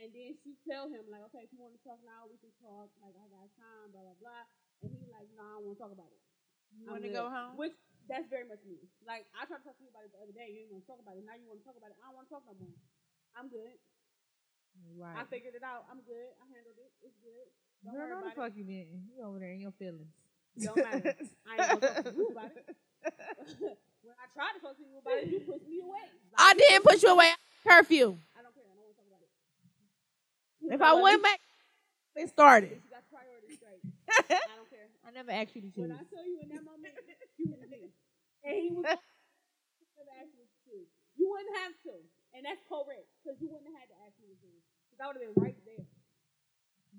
F: and then she tell him like, okay, if you want to talk now, we can talk. Like I got time, blah blah blah. And he like, no, nah, I don't want to talk about it.
G: You
F: I'm
G: want to
F: good.
G: go home?
F: Which that's very much me. Like I tried to talk to you about it the other day. You didn't want to talk about it. Now you want to talk about it. I don't want to talk no more. I'm good. I
G: Right.
F: figured it out. I'm good. I handled it. It's good. Don't
G: Girl,
F: worry
G: no the
F: about
G: fuck you didn't. You over there in your feelings.
F: it. Don't matter. I ain't gonna talk to you about it. when I tried to talk to you about it, you pushed me away. Like,
G: I didn't push you away. Curfew.
F: I don't care. I don't want to talk about it.
G: If I went back, it started.
F: you got priorities straight. I don't care.
G: I never asked you to
F: When
G: choose.
F: I tell you in that moment, you was me. And he was gonna ask you to. choose. You wouldn't have to. And that's correct. Because you wouldn't have had to ask me to do it. Because I would have been right there.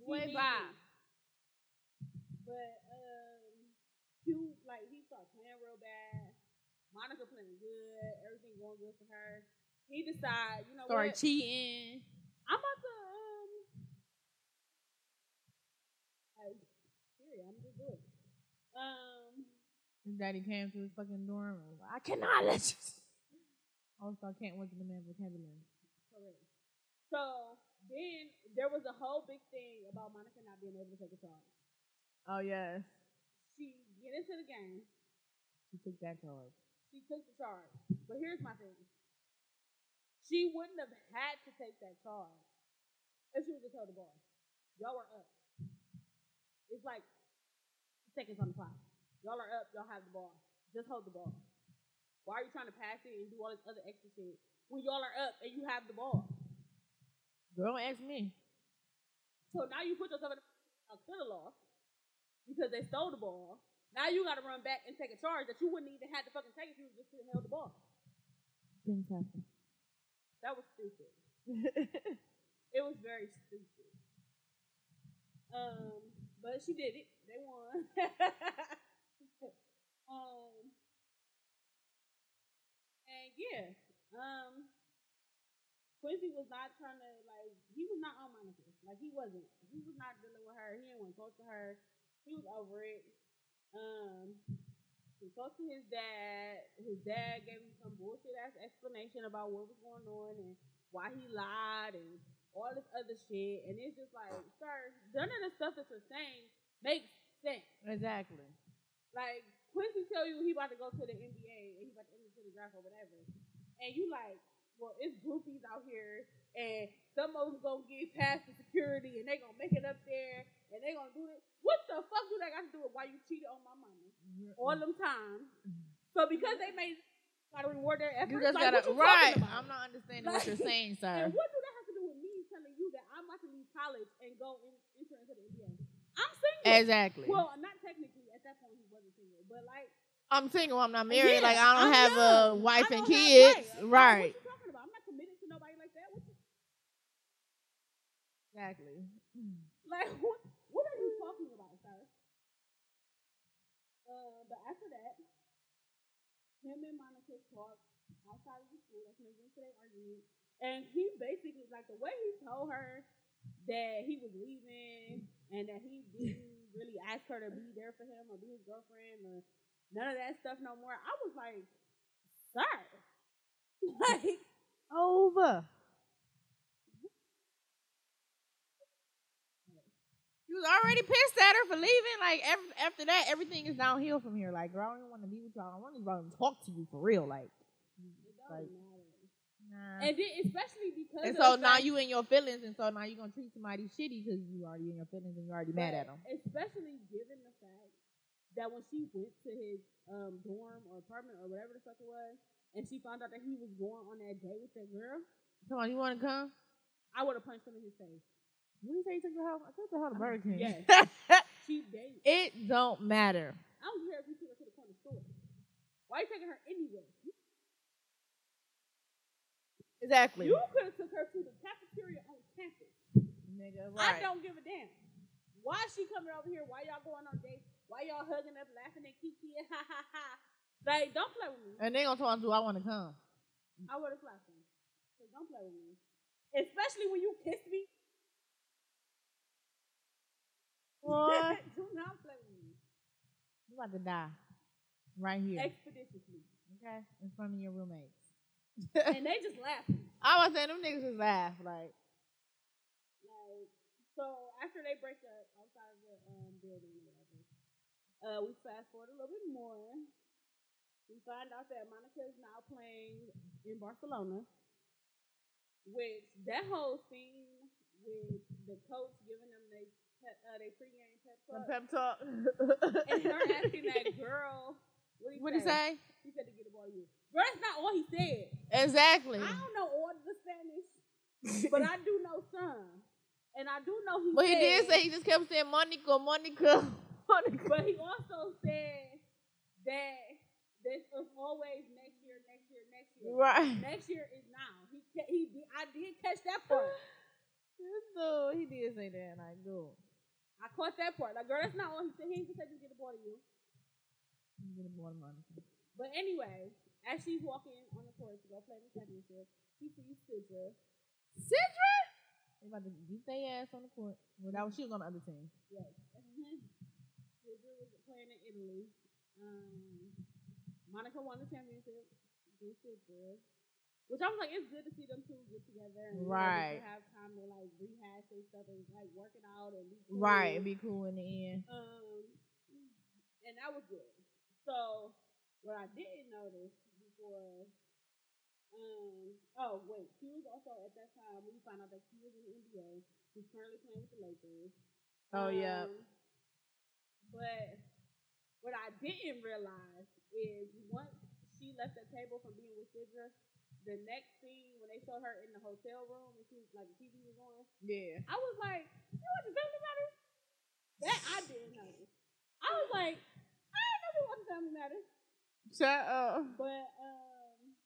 G: Boy,
F: He did.
G: bye.
F: But um Q like he started playing real bad. Monica playing good, everything going good for her. He decides, you know
G: Started
F: what?
G: cheating.
F: I'm about to um like period, I'm just good. Um
G: His daddy came to his fucking dorm. and was like, I cannot let you. Also, I can't wait to the man vocabulary.
F: Correct. So then there was a whole big thing about Monica not being able to take a charge.
G: Oh yes,
F: She get into the game.
G: she took that charge.
F: She took the charge. But here's my thing. She wouldn't have had to take that charge if she would just held the ball. Y'all were up. It's like seconds on the clock. Y'all are up. Y'all have the ball. Just hold the ball. Why are you trying to pass it and do all this other extra shit when y'all are up and you have the ball?
G: Girl, don't ask me.
F: So now you put yourself in a could have lost because they stole the ball. Now you got to run back and take a charge that you wouldn't even had to fucking take if you just could have held the ball.
G: Things happen.
F: That was stupid. it was very stupid. Um, but she did it. They won. um, and yeah, um, Quincy was not trying to like. He was not on Monica. Like he wasn't. He was not dealing with her. He didn't want to talk to her. He was over it. Um, he talked to his dad. His dad gave him some bullshit ass explanation about what was going on and why he lied and all this other shit. And it's just like, sir, none of the stuff that you're saying makes sense.
G: Exactly.
F: Like Quincy tell you he about to go to the NBA and he about to enter to the draft or whatever, and you like, well, it's groupies out here, and some of them gonna get past the security and they gonna make it up there and they gonna do it. What the fuck do they got to do with why you cheated on my mama all them times? So because they made gotta reward their efforts.
G: You just
F: like,
G: gotta
F: what you
G: right.
F: talking about?
G: I'm not understanding what you're
F: Like-
G: saying, sir.
F: And what do that have to do with me telling you that I'm about to leave college and go and enter into the NBA? I'm single.
G: Exactly.
F: Well, not technically. At that point, he wasn't single, but like
G: I'm single. I'm not married.
F: Yeah,
G: like I don't
F: I'm
G: have a
F: young.
G: wife
F: I
G: and
F: don't have-
G: kids.
F: Right. What
G: Right.
F: you talking about? I'm not committed to nobody like that. What you,
G: Exactly.
F: like what? What are you talking about, sir? Uh, but after that, him and Monica talked outside of the school. That's when they went to their argument, and he basically like the way he told her that he was leaving and that he didn't really ask her to be there for him or be his girlfriend or none of that stuff no more. I was like, sir, like.
G: Over. You was already pissed at her for leaving. Like ev after that, everything is downhill from here. Like, uh, girl, I don't even want to be with y'all. I want to even talk to you for real. Like,
F: It
G: Like-
F: don't matter.
G: Nah.
F: And then especially because
G: And
F: of
G: so
F: the
G: now
F: fact-
G: you in your feelings, and so now you're gonna treat somebody shitty because you already in your feelings and you already mad at them.
F: Especially given the fact that when she went to his um, dorm or apartment or whatever the fuck it was, and she found out that he was going on that day with that girl,
G: Come on, you wanna come?
F: I would have punched him in his face.
G: What do you say you took the house? I took the house to Burger King.
F: Yes. Cheap date.
G: it don't matter.
F: I don't care if you took her to the corner store. Why you taking her anywhere? You,
G: Exactly.
F: you could have took her to the cafeteria on campus.
G: Nigga,
F: I don't give a damn. Why she coming over here? Why y'all going on dates? Why y'all hugging up, laughing at Kiki and ha ha ha? Like, don't play with me.
G: And they gonna tell you I wanna come.
F: I would have slapped him. Like, don't play with me. Especially when you kiss me.
G: Boy,
F: Do not play with me.
G: you about to die. Right here.
F: Expeditiously.
G: Okay? In front of your roommates.
F: and they just laughing.
G: I was saying them niggas just laugh. Like,
F: Like, so after they break up outside of the um, building or whatever, uh, we fast forward a little bit more. We find out that Monica is now playing in Barcelona, which that whole scene with the coach giving them they pep, uh, they pregame pep
G: the
F: talk,
G: pep talk.
F: and her asking that girl,
G: What do you say?
F: He said to get the ball to you. Girl, that's not all he said.
G: Exactly.
F: I don't know all the Spanish, but I do know some. And I do know he
G: But he
F: said,
G: did say he just kept saying Monica, Monica, Monica.
F: But he also said that this was always next year, next year, next year.
G: Right.
F: Next year is now. He ca- he did- I did catch that part.
G: So he did say that, and I do.
F: I caught that part. Like, girl, that's not all he said. He ain't just said just get the ball to you.
G: I'm gonna board Monica.
F: But anyway, as she's walking on the court to go play the championship, she sees Sidra.
G: Sidra? They about to beat their ass on the court. Well, that was she was on the other team.
F: Yes. Sidra was playing in Italy. Um, Monica won the championship against Sidra. Which I was like, it's good to see them two get together and you know,
G: Right.
F: just have time to like rehash their stuff and like work it out and be cool.
G: Right. It'd be cool in the end.
F: Um, and that was good. So what I didn't notice before, um, oh wait, he was also at that time when we found out that he was in the NBA. He's currently playing with the Lakers.
G: Oh, yeah.
F: Um, But what I didn't realize is once she left the table from being with Sidra, the next scene when they showed her in the hotel room and she was like the TV was on,
G: Yeah.
F: I was like, you know what the Family Matters? That I didn't notice. I was like, I didn't know we watched Family Matters.
G: Shut up.
F: But um,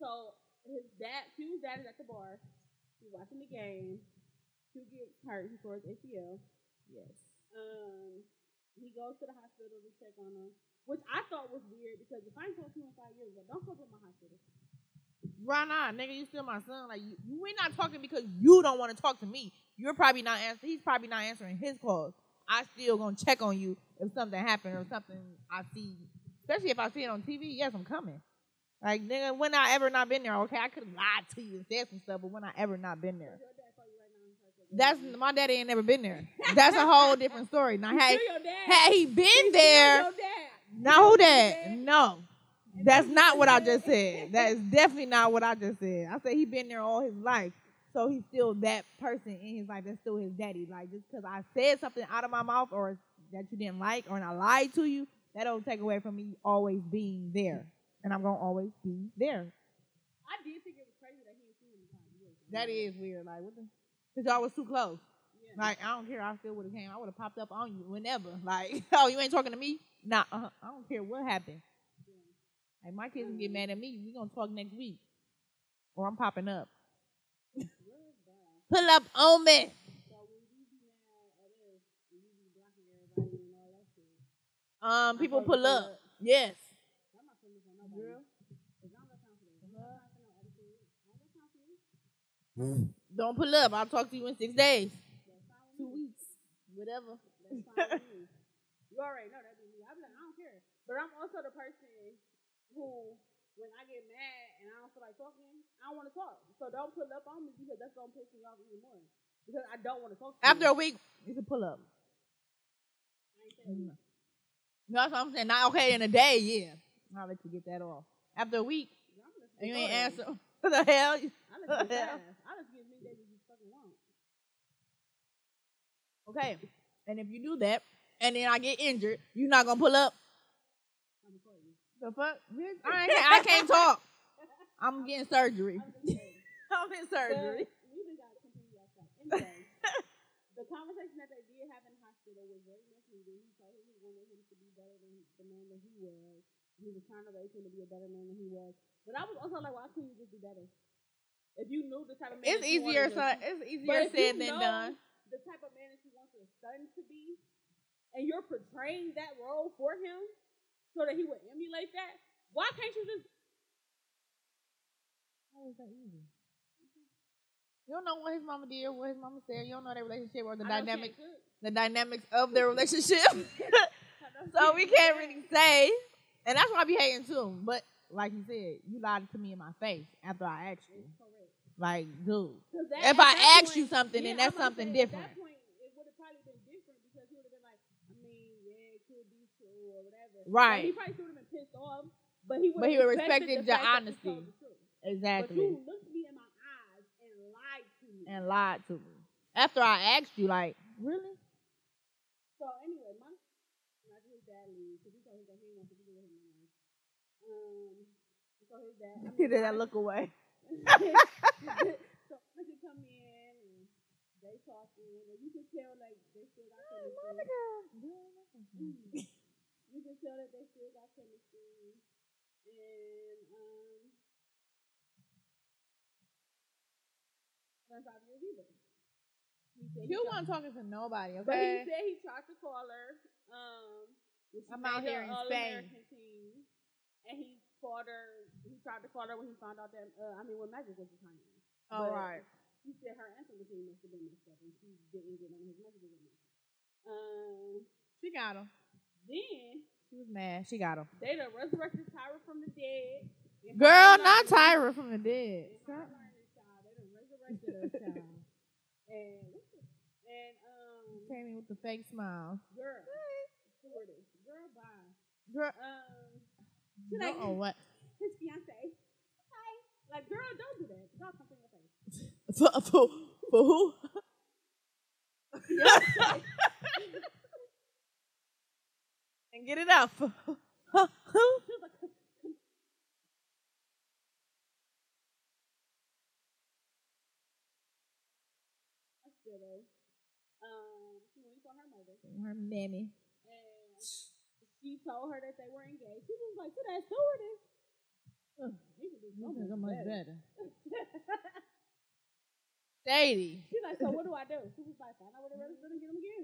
F: so his dad, Q's dad is at the bar. He's watching the game. Q gets hurt. He tore his ACL.
G: Yes.
F: Um, he goes to the hospital to check on him, which I thought was weird because if I ain't talked to you in five years, like, don't fuck with my hospital.
G: Right now, nigga, you still my son. Like you, you ain't not talking because you don't want to talk to me. You're probably not answering. He's probably not answering his calls. I still gonna check on you if something happened or something I see, especially if I see it on TV. Yes, I'm coming. Like nigga, when I ever not been there, okay, I could have lied to you and said some stuff, but when I ever not been there,
F: Your dad call you right now and talk to you.
G: that's my daddy ain't never been there. That's a whole different story. Now, had,
F: Still your dad.
G: had he been there,
F: Still your dad.
G: no, who that? No. That's not what I just said. That is definitely not what I just said. I said he been there all his life. So he's still that person in his life. That's still his daddy. Like, just because I said something out of my mouth or that you didn't like or and I lied to you, that don't take away from me always being there. And I'm going to always be there.
F: I did think it was crazy that he didn't see him in five years.
G: That is weird. Like, what the? Because y'all was too close.
F: Yeah.
G: Like, I don't care. I still would have came. I would have popped up on you whenever. Like, oh, you ain't talking to me? Nah, uh I don't care what happened. Like, my kids can get mad at me. We gonna talk next week, or I'm popping up. Pull up on me. Um,
F: So when you be mad at us, and you be blocking everybody and all that shit.
G: Um, people
F: thought you
G: pull up. Yes.
F: I'm not putting this on nobody. Girl. Cause I don't got time for that. I don't
G: Uh-huh.
F: got time for no attitude. I don't got time for you.
G: Don't pull up. I'll talk to you in six days,
F: That's fine with
G: two
F: me.
G: weeks, whatever.
F: That's fine with me. You already know that be me. I'm like, I don't care. But I'm also the person who, when I get mad and I don't feel like talking, I don't want to talk. So don't pull up on me because that's gonna piss me off even more. Because I don't want to talk. To
G: After a
F: you.
G: week, it's a pull up.
F: I ain't saying you.
G: That's what I'm saying. Not okay in a day. Yeah, I'll let you get that off. After a week,
F: I'm listening.
G: And you ain't
F: Lord.
G: answer. What the hell?
F: I just get
G: Yeah.
F: fast. I just get me that you fucking want.
G: Okay. And if you do that, and then I get injured, you not gonna pull up.
F: I'm gonna call you.
G: The fuck? Bitch, I, ain't, I can't talk. I'm getting surgery. I'm in surgery.
F: We done got completely off track. Anyway, the conversation that they did have in the hospital was very much needed. He told him he wanted him to be better than the man that he was. He was trying to raise him to be a better man than he was. But I was also like, why couldn't you just be better? If you knew the type of man that
G: It's
F: you wanted
G: easier,
F: to-
G: son. It's
F: But
G: easier
F: if
G: said
F: you
G: than
F: know
G: done.
F: The type of man that you want your son to be, and you're portraying that role for him so that he would emulate that. Why can't you just?
G: How is that easy? You don't know what his mama did, what his mama said. You don't know their relationship or the
F: I know she
G: dynamic,
F: ain't good.
G: the dynamics of their relationship.
F: I know she
G: so
F: ain't
G: we
F: good.
G: can't really say. And that's why I be hating too. But like you said, you lied to me in my face after I asked you.
F: Correct.
G: Like, dude.
F: 'Cause that-
G: If
F: at
G: I
F: that
G: asked you something, then that's
F: I'm about to
G: something
F: say, at
G: different.
F: that point, it would have probably been different because he would have been like, I mean, yeah, it could be true or whatever. Like,
G: Right.
F: he probably would have been pissed off, but he would.
G: But he would've
F: the
G: respected
F: fact that
G: your
F: you
G: honesty.
F: told the truth. But
G: Exactly.
F: you looked me in my eyes and lied to me.
G: And lied to me. After I asked you, like, really?
F: So anyway, my not his dad leaves because he told his dad he didn't want to be with him anymore. Um, so his dad. I
G: He
F: mean,
G: did
F: my-
G: that look away.
F: so Monica come in and they talking, and you can tell like they still got chemistry. Mm. you can tell that they still got chemistry, and um, that's five years either. He said he tried-
G: You weren't talking to nobody,
F: but he
G: okay?
F: said he tried to call her. Um, when she
G: I'm
F: made her
G: out here in
F: All-American
G: Spain.
F: Team, and he called her. He tried to call her when he found out that uh, I mean, when Magic was behind him. but
G: All right.
F: He said her answering machine must have been messed up, and she didn't get on his messages. with him. Um,
G: She got him.
F: then
G: She was mad. She got him.
F: they done resurrected Tyra from the dead. And
G: Girl,
F: her
G: not
F: learning-
G: Tyra from the dead.
F: and her learning, child. They done resurrected her child. And what's this? And um,
G: Came in with the fake smile.
F: girl, stewardess, girl, bye.
G: Girl,
F: Um, She like-
G: oh what?
F: his fiance. Hi. Like, girl, don't do that. Don't come in your face.
G: For, for, for who? and get it out. For who?
F: She was like, that's good though. Um, she went and saw her mother,
G: Her mammy.
F: and she told her that they were engaged. She was like, to that stewardess. Ugh, you can do so much better.
G: Sadie.
F: She's like, so what do I do? She was like, find out where the register and get them again.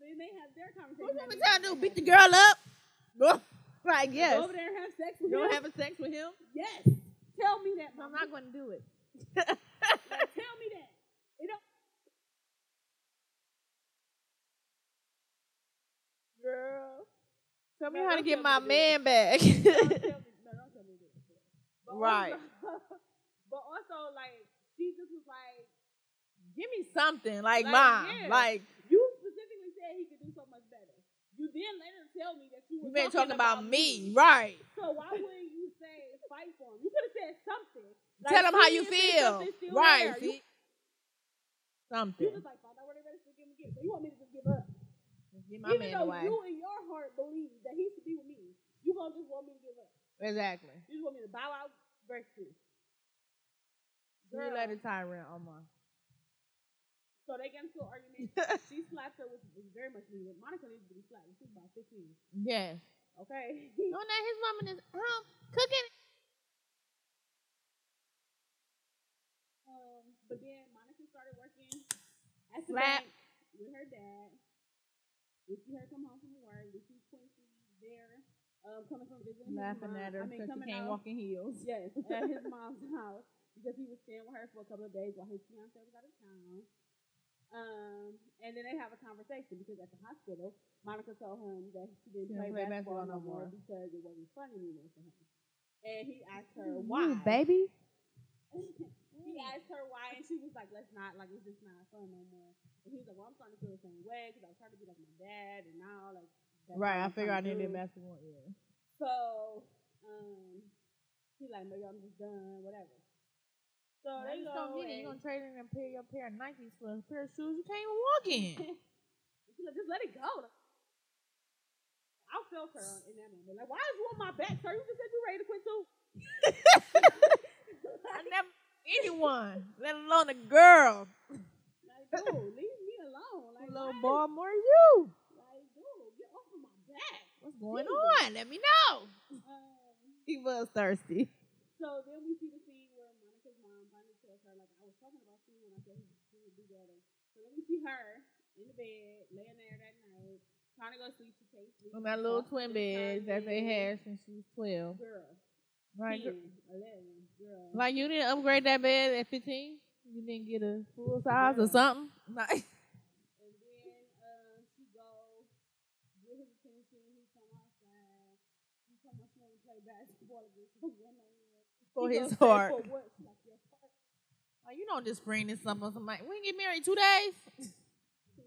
F: then they have their conversation.
G: What you want
F: after
G: me to try to
F: they
G: do?
F: have
G: Beat the
F: sex.
G: girl up? like,
F: Go
G: yes.
F: over there and have sex with
G: You
F: him?
G: don't having sex with him?
F: yes. Tell me that,
G: I'm
F: mama.
G: not going to do it.
F: Like, tell me that. It don't. Girl.
G: Tell me
F: No,
G: how to
F: don't
G: get
F: tell
G: my
F: me to
G: man back.
F: Don't tell me. No, don't tell me this. But
G: Right.
F: Also, but also, like, she just was like,
G: Give me something,
F: Like,
G: like, mom.
F: yeah.
G: Like,
F: You specifically said he could do so much better. You then later tell me that you were
G: you been talking about, me,
F: Right.
G: right?
F: So why wouldn't you say fight for him? You could have said something.
G: Tell them how
F: see
G: you
F: if there's
G: feel,
F: something still
G: right?
F: there. You,
G: See?
F: you
G: Something.
F: just like find out where they ready to give him again. So you want me to just give up?
G: Get my
F: Even
G: man
F: though
G: away.
F: you in your heart believe that he should be with me, you gonna just want me to give up?
G: Exactly.
F: You just want me to bow out versus.
G: See you later, Tyrant Omar.
F: So they get into an argument. she slapped her, which is very much needed. Monica needs to be slapped. She's about 15.
G: Yes.
F: Okay.
G: No, not his woman is home cooking.
F: Um, but then Monica started working at the
G: Slap.
F: bank with her dad. We see her come home from work. We see Quincy there, um, coming from visiting his
G: Laughing
F: mom.
G: at
F: I mean,
G: her because
F: coming
G: she can't
F: home.
G: walk in heels.
F: Yes, at his mom's house because he was staying with her for a couple of days while his fiance was out of town. Um, and then they have a conversation because at the hospital, Monica told him that she didn't play, basketball, no more because it wasn't fun anymore for him. And he asked her why.
G: baby?
F: he asked her why, and she was like, "Let's not like it's just not fun no more." And he was like, "Well, I'm starting to feel the same way because I was trying to be like my dad and now like That's
G: Right,
F: where
G: I
F: I'm
G: figure I
F: from,
G: need a
F: dude.
G: basketball. Yeah.
F: So, um, he like, maybe I'm just done, whatever. So
G: Now
F: they
G: you
F: go.
G: just don't get it.
F: and-
G: You gonna trade in a pair your pair of Nikes for a pair of shoes you can't even walk in.
F: She like, just let it go. I felt her in that moment. Like, why is you on my back, sir? You just said you ready to quit too.
G: I never anyone, let alone a girl.
F: Like, dude, leave me alone. Like,
G: Little
F: why-
G: ball, more you.
F: Like, dude, get off of my back.
G: What's going
F: Jesus.
G: on? Let me know.
F: Um,
G: He was thirsty.
F: so then we see the scene where Monica's mom finally tells her, like, I was talking about you when I said we would be together. So then we see her in the bed, laying there that night, trying to go to sleep. She can't sleep.
G: On that little
F: Talks
G: twin
F: to her
G: bed that they
F: man.
G: had since she was twelve.
F: Girl,
G: Like,
F: 10, 11, girl.
G: like you didn't upgrade that bed at fifteen. You didn't get a full size or something. Like,
F: And then uh, she go get his attention. He come outside. He come outside and play basketball against the woman.
G: for
F: He
G: his
F: gonna say,
G: heart.
F: For what? She Like your heart.
G: Like you don't just bring this up on somebody. We didn't get married two days,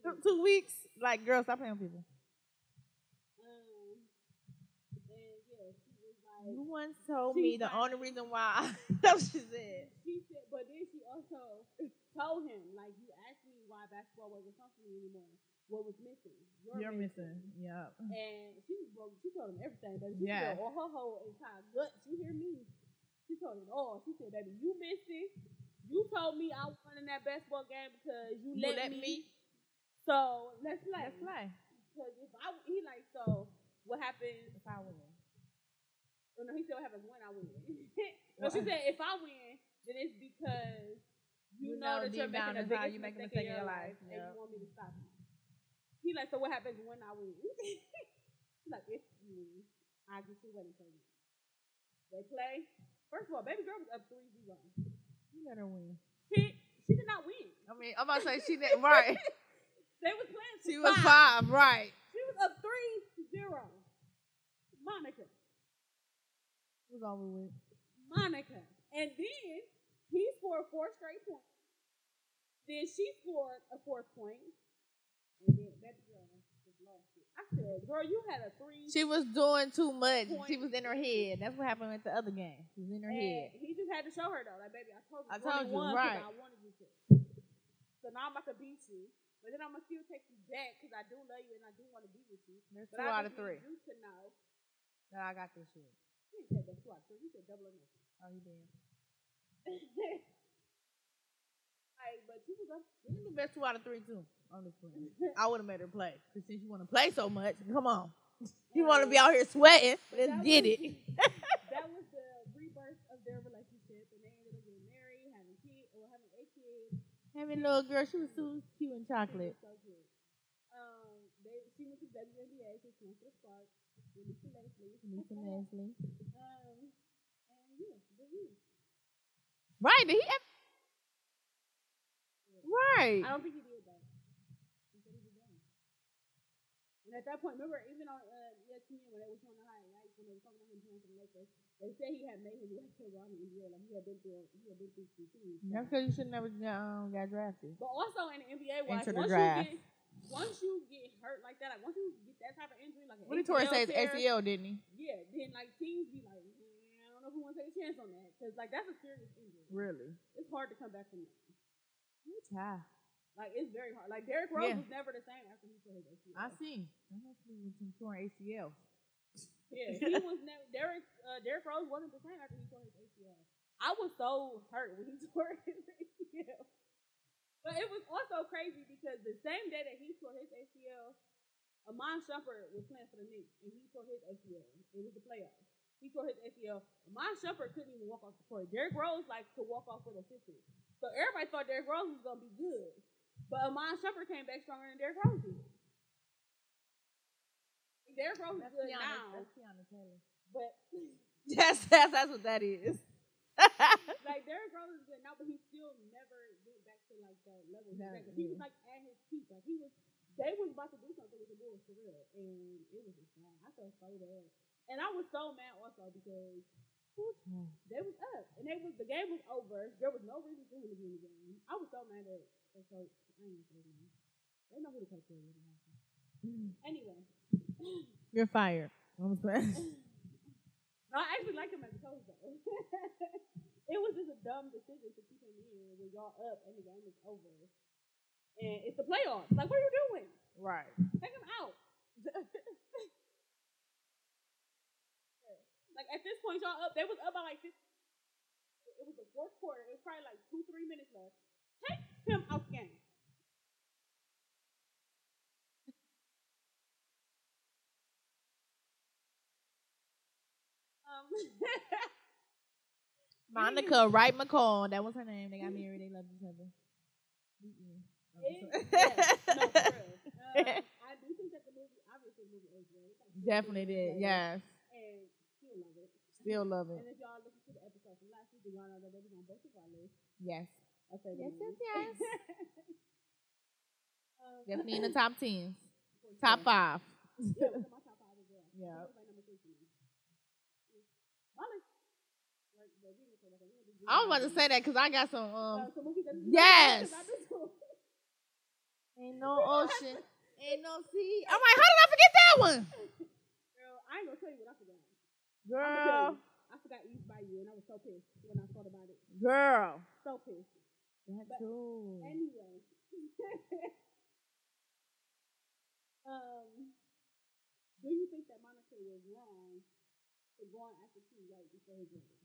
G: two- two weeks. Like, girl, stop playing with people.
F: Um, and yeah, she was like.
G: You once told
F: She
G: me the
F: fine.
G: only reason why that's what she said.
F: She said, but then she also told him, like, you asked me why basketball wasn't fun for me anymore. What was missing?
G: You're missing. Yep.
F: And she was broke. She told him everything, baby. She yeah.
G: Yeah.
F: told her whole entire guts. You hear me? She told it all. She said, baby, you missed it. You told me I was in that basketball game because you, let, me. So let's play.
G: Let's play.
F: Because if I, he like, so what happens?
G: If I win.
F: Oh, no, he said what happens when I win. no, she said if I win, then it's because you,
G: You
F: know,
G: know
F: that you're
G: deep down
F: making a
G: inside
F: biggest
G: you make a
F: mistake in your life,
G: mistake in
F: and
G: your
F: you want me to stop you. He like, so what happens when I win? She's like, if you win, I get your wedding for you. They play. First of all, baby girl was up 3-0.
G: You let her win.
F: She, she did not win.
G: I mean, I'm about to say she did right.
F: They was playing for
G: She was
F: five.
G: five, right?
F: She was up 3-0. Monica.
G: It was over with.
F: Monica. And then he scored four straight points. Then she scored a fourth point. And then that girl just lost it. I said, girl, you had a three.
G: She was doing too much. She was in her head. That's what happened with the other game. She was in her
F: and
G: head.
F: He just had to show her though. Like, baby, I told you.
G: I told
F: only
G: you,
F: one 'cause
G: right.
F: I wanted you to. So now I'm about to beat you. But then I'm gonna still take you back because I do love you and I do want to be with you.
G: There's
F: But
G: two
F: I
G: out of
F: just
G: three.
F: need you to know.
G: That I got this shit.
F: You didn't say that two out of three. You said double or nothing.
G: Oh, you did.
F: like, but you was up
G: You did the best two out of three too on this one. I would have made her play. Cause since you want to play so much, come on. You want to be out here sweating? Let's
F: That
G: get
F: was-
G: it.
F: that was the rebirth of their relationship, and they ended up getting married, having kids, or having a kid.
G: Having little girl, she was too cute and
F: She was
G: chocolate.
F: so cute. Um, they she went to WNBA, so she went to the Sparks, Lisa Leslie,
G: Lisa Leslie.
F: um, and yeah, good year.
G: Right? Did he? Ever... Right.
F: I don't think he did that. He said he was done. And at that point, remember, even on uh, ESPN when they were showing the highlights, when they were talking about him playing for the Lakers, they said he had made his way to the NBA. Like he had been through, he had been through some things.
G: That's because you should never um, got drafted.
F: But also in the NBA, like,
G: Enter the
F: once
G: draft.
F: you get once you get hurt like that, like once you get that type of injury, like an
G: What did Torres say?
F: tear,
G: ACL, didn't he?
F: Yeah, then like teams be like, "Mm, I don't know if we want to take a chance on that because like that's a serious injury.
G: Really?
F: It's hard to come back from that.
G: It's high.
F: Like it's very hard. Like Derrick Rose
G: Yeah.
F: was never the same after he played ACL.
G: I see. That must be with some torn ACL.
F: Yeah, he was never Derrick. Uh, Derrick Rose wasn't the same after he tore his ACL. I was so hurt when he tore his ACL. But it was also crazy because the same day that he tore his ACL, Amon Shumpert was playing for the Knicks, and he tore his ACL. It was the playoffs. He tore his ACL. Amon Shumpert couldn't even walk off the court. Derrick Rose likes to walk off with assistance. So everybody thought Derrick Rose was going to be good. But Amon Shumpert came back stronger than Derrick Rose did. Derrick Rose is good now, but
G: That's, that's, that's what that is.
F: like Derrick Rose is good now, but he still never went back to like that level. He, was
G: That-
F: at. he was
G: yeah.
F: like at his peak. Like he was, they was about to do something with the Bulls for real, and it was just bad. I felt so bad, and I was so mad also because they was up and they was the game was over. There was no reason for him to be in the game. I was so mad at the coach. I ain't gonna say his name. They know who the coach is. Anyway,
G: You're fired. I'm sorry.
F: No, I actually like him as a coach though. it was just a dumb decision to keep him in when y'all up and the game is over. And it's the playoffs. Like, what are you doing?
G: right.
F: Take him out. like at this point, y'all up. They was up by like this. It was the fourth quarter. It was probably like two, three minutes left. Take him out the game. Um,
G: Monica Wright McCall. That was her name. They got married. They loved each other. The
F: it-
G: end. I'm
F: yes,
G: sorry.
F: no, for real. Uh, I do think that the movie, obviously, the movie aged well. It's like 15
G: Definitely
F: years later,
G: did. Yes.
F: And still love it.
G: Still love
F: And if
G: it.
F: y'all listen to the episode from last week, y'all know that it was on both of our lists.
G: Yes.
F: of favorite
G: Yes, yes,
F: movies.
G: yes.
F: Um,
G: Definitely in the top ten.
F: for sure.
G: Top five.
F: Yeah, it was on my top five as well. It
G: Yeah.
F: was like number three for me. Molly. Like, but we didn't say that, but we didn't do
G: I was about
F: that.
G: to say that because I got some
F: Uh,
G: um
F: so movies that-
G: yes.
F: I do too.
G: Ain't no ocean. Ain't no sea. I'm like, how did I forget that one?
F: Girl, I ain't gonna tell you what I forgot. I'ma tell
G: Girl.
F: you. I forgot East by You, and I was so pissed when I thought about it.
G: Girl.
F: So pissed.
G: That too.
F: Anyway. um, do you think that Monica was wrong for going after T right before his wedding?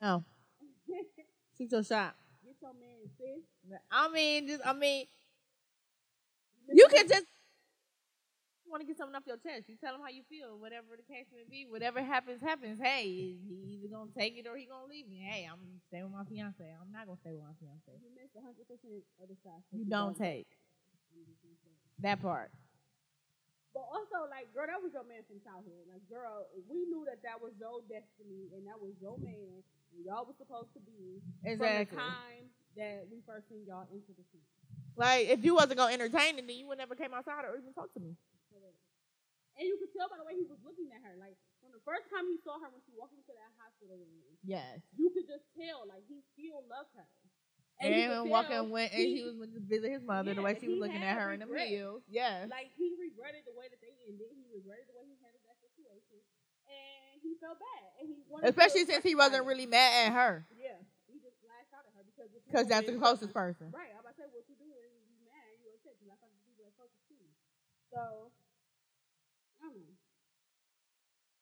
G: No. Shoot your shot.
F: Get your man, sis.
G: I mean, just I mean, you can just want to get something off your chest. You tell him how you feel, whatever the case may be. Whatever happens, happens. Hey, he either gonna take it or he gonna leave me. Hey, I'm gonna stay with my fiance. I'm not gonna stay with my fiance.
F: You missed 100% of the shots. that
G: You don't take
F: I'm just gonna say.
G: that part.
F: But also, like, girl, that was your man from childhood. Like, girl, we knew that that was your destiny and that was your man, and y'all was supposed to be
G: Exactly.
F: from the time that we first seen y'all into the scene.
G: Like if you wasn't gonna entertain it, then you would never came outside or even talk to me.
F: Correct. And you could tell by the way he was looking at her. Like, from the first time he saw her when she walked into that hospital room,
G: Yes.
F: you could just tell, like, he still loved her.
G: And,
F: you could tell
G: walking went, and
F: he-
G: she was with- visit his mother the
F: Yeah,
G: way she was
F: he
G: looking
F: had
G: at her in the
F: regret.
G: meals. Yes.
F: Like he regretted the way that they ended. He regretted the way he handled that situation, and he felt bad. And he wanted, to
G: Especially since he
F: rectify
G: wasn't
F: it.
G: really mad at her
F: Yeah, he just lashed out at her because it's
G: because
F: normal
G: that's the
F: and-
G: closest person.
F: Right, I'm about to say what you do when you mad, you upset. You lash out at the people that's closest to you. So, I don't know.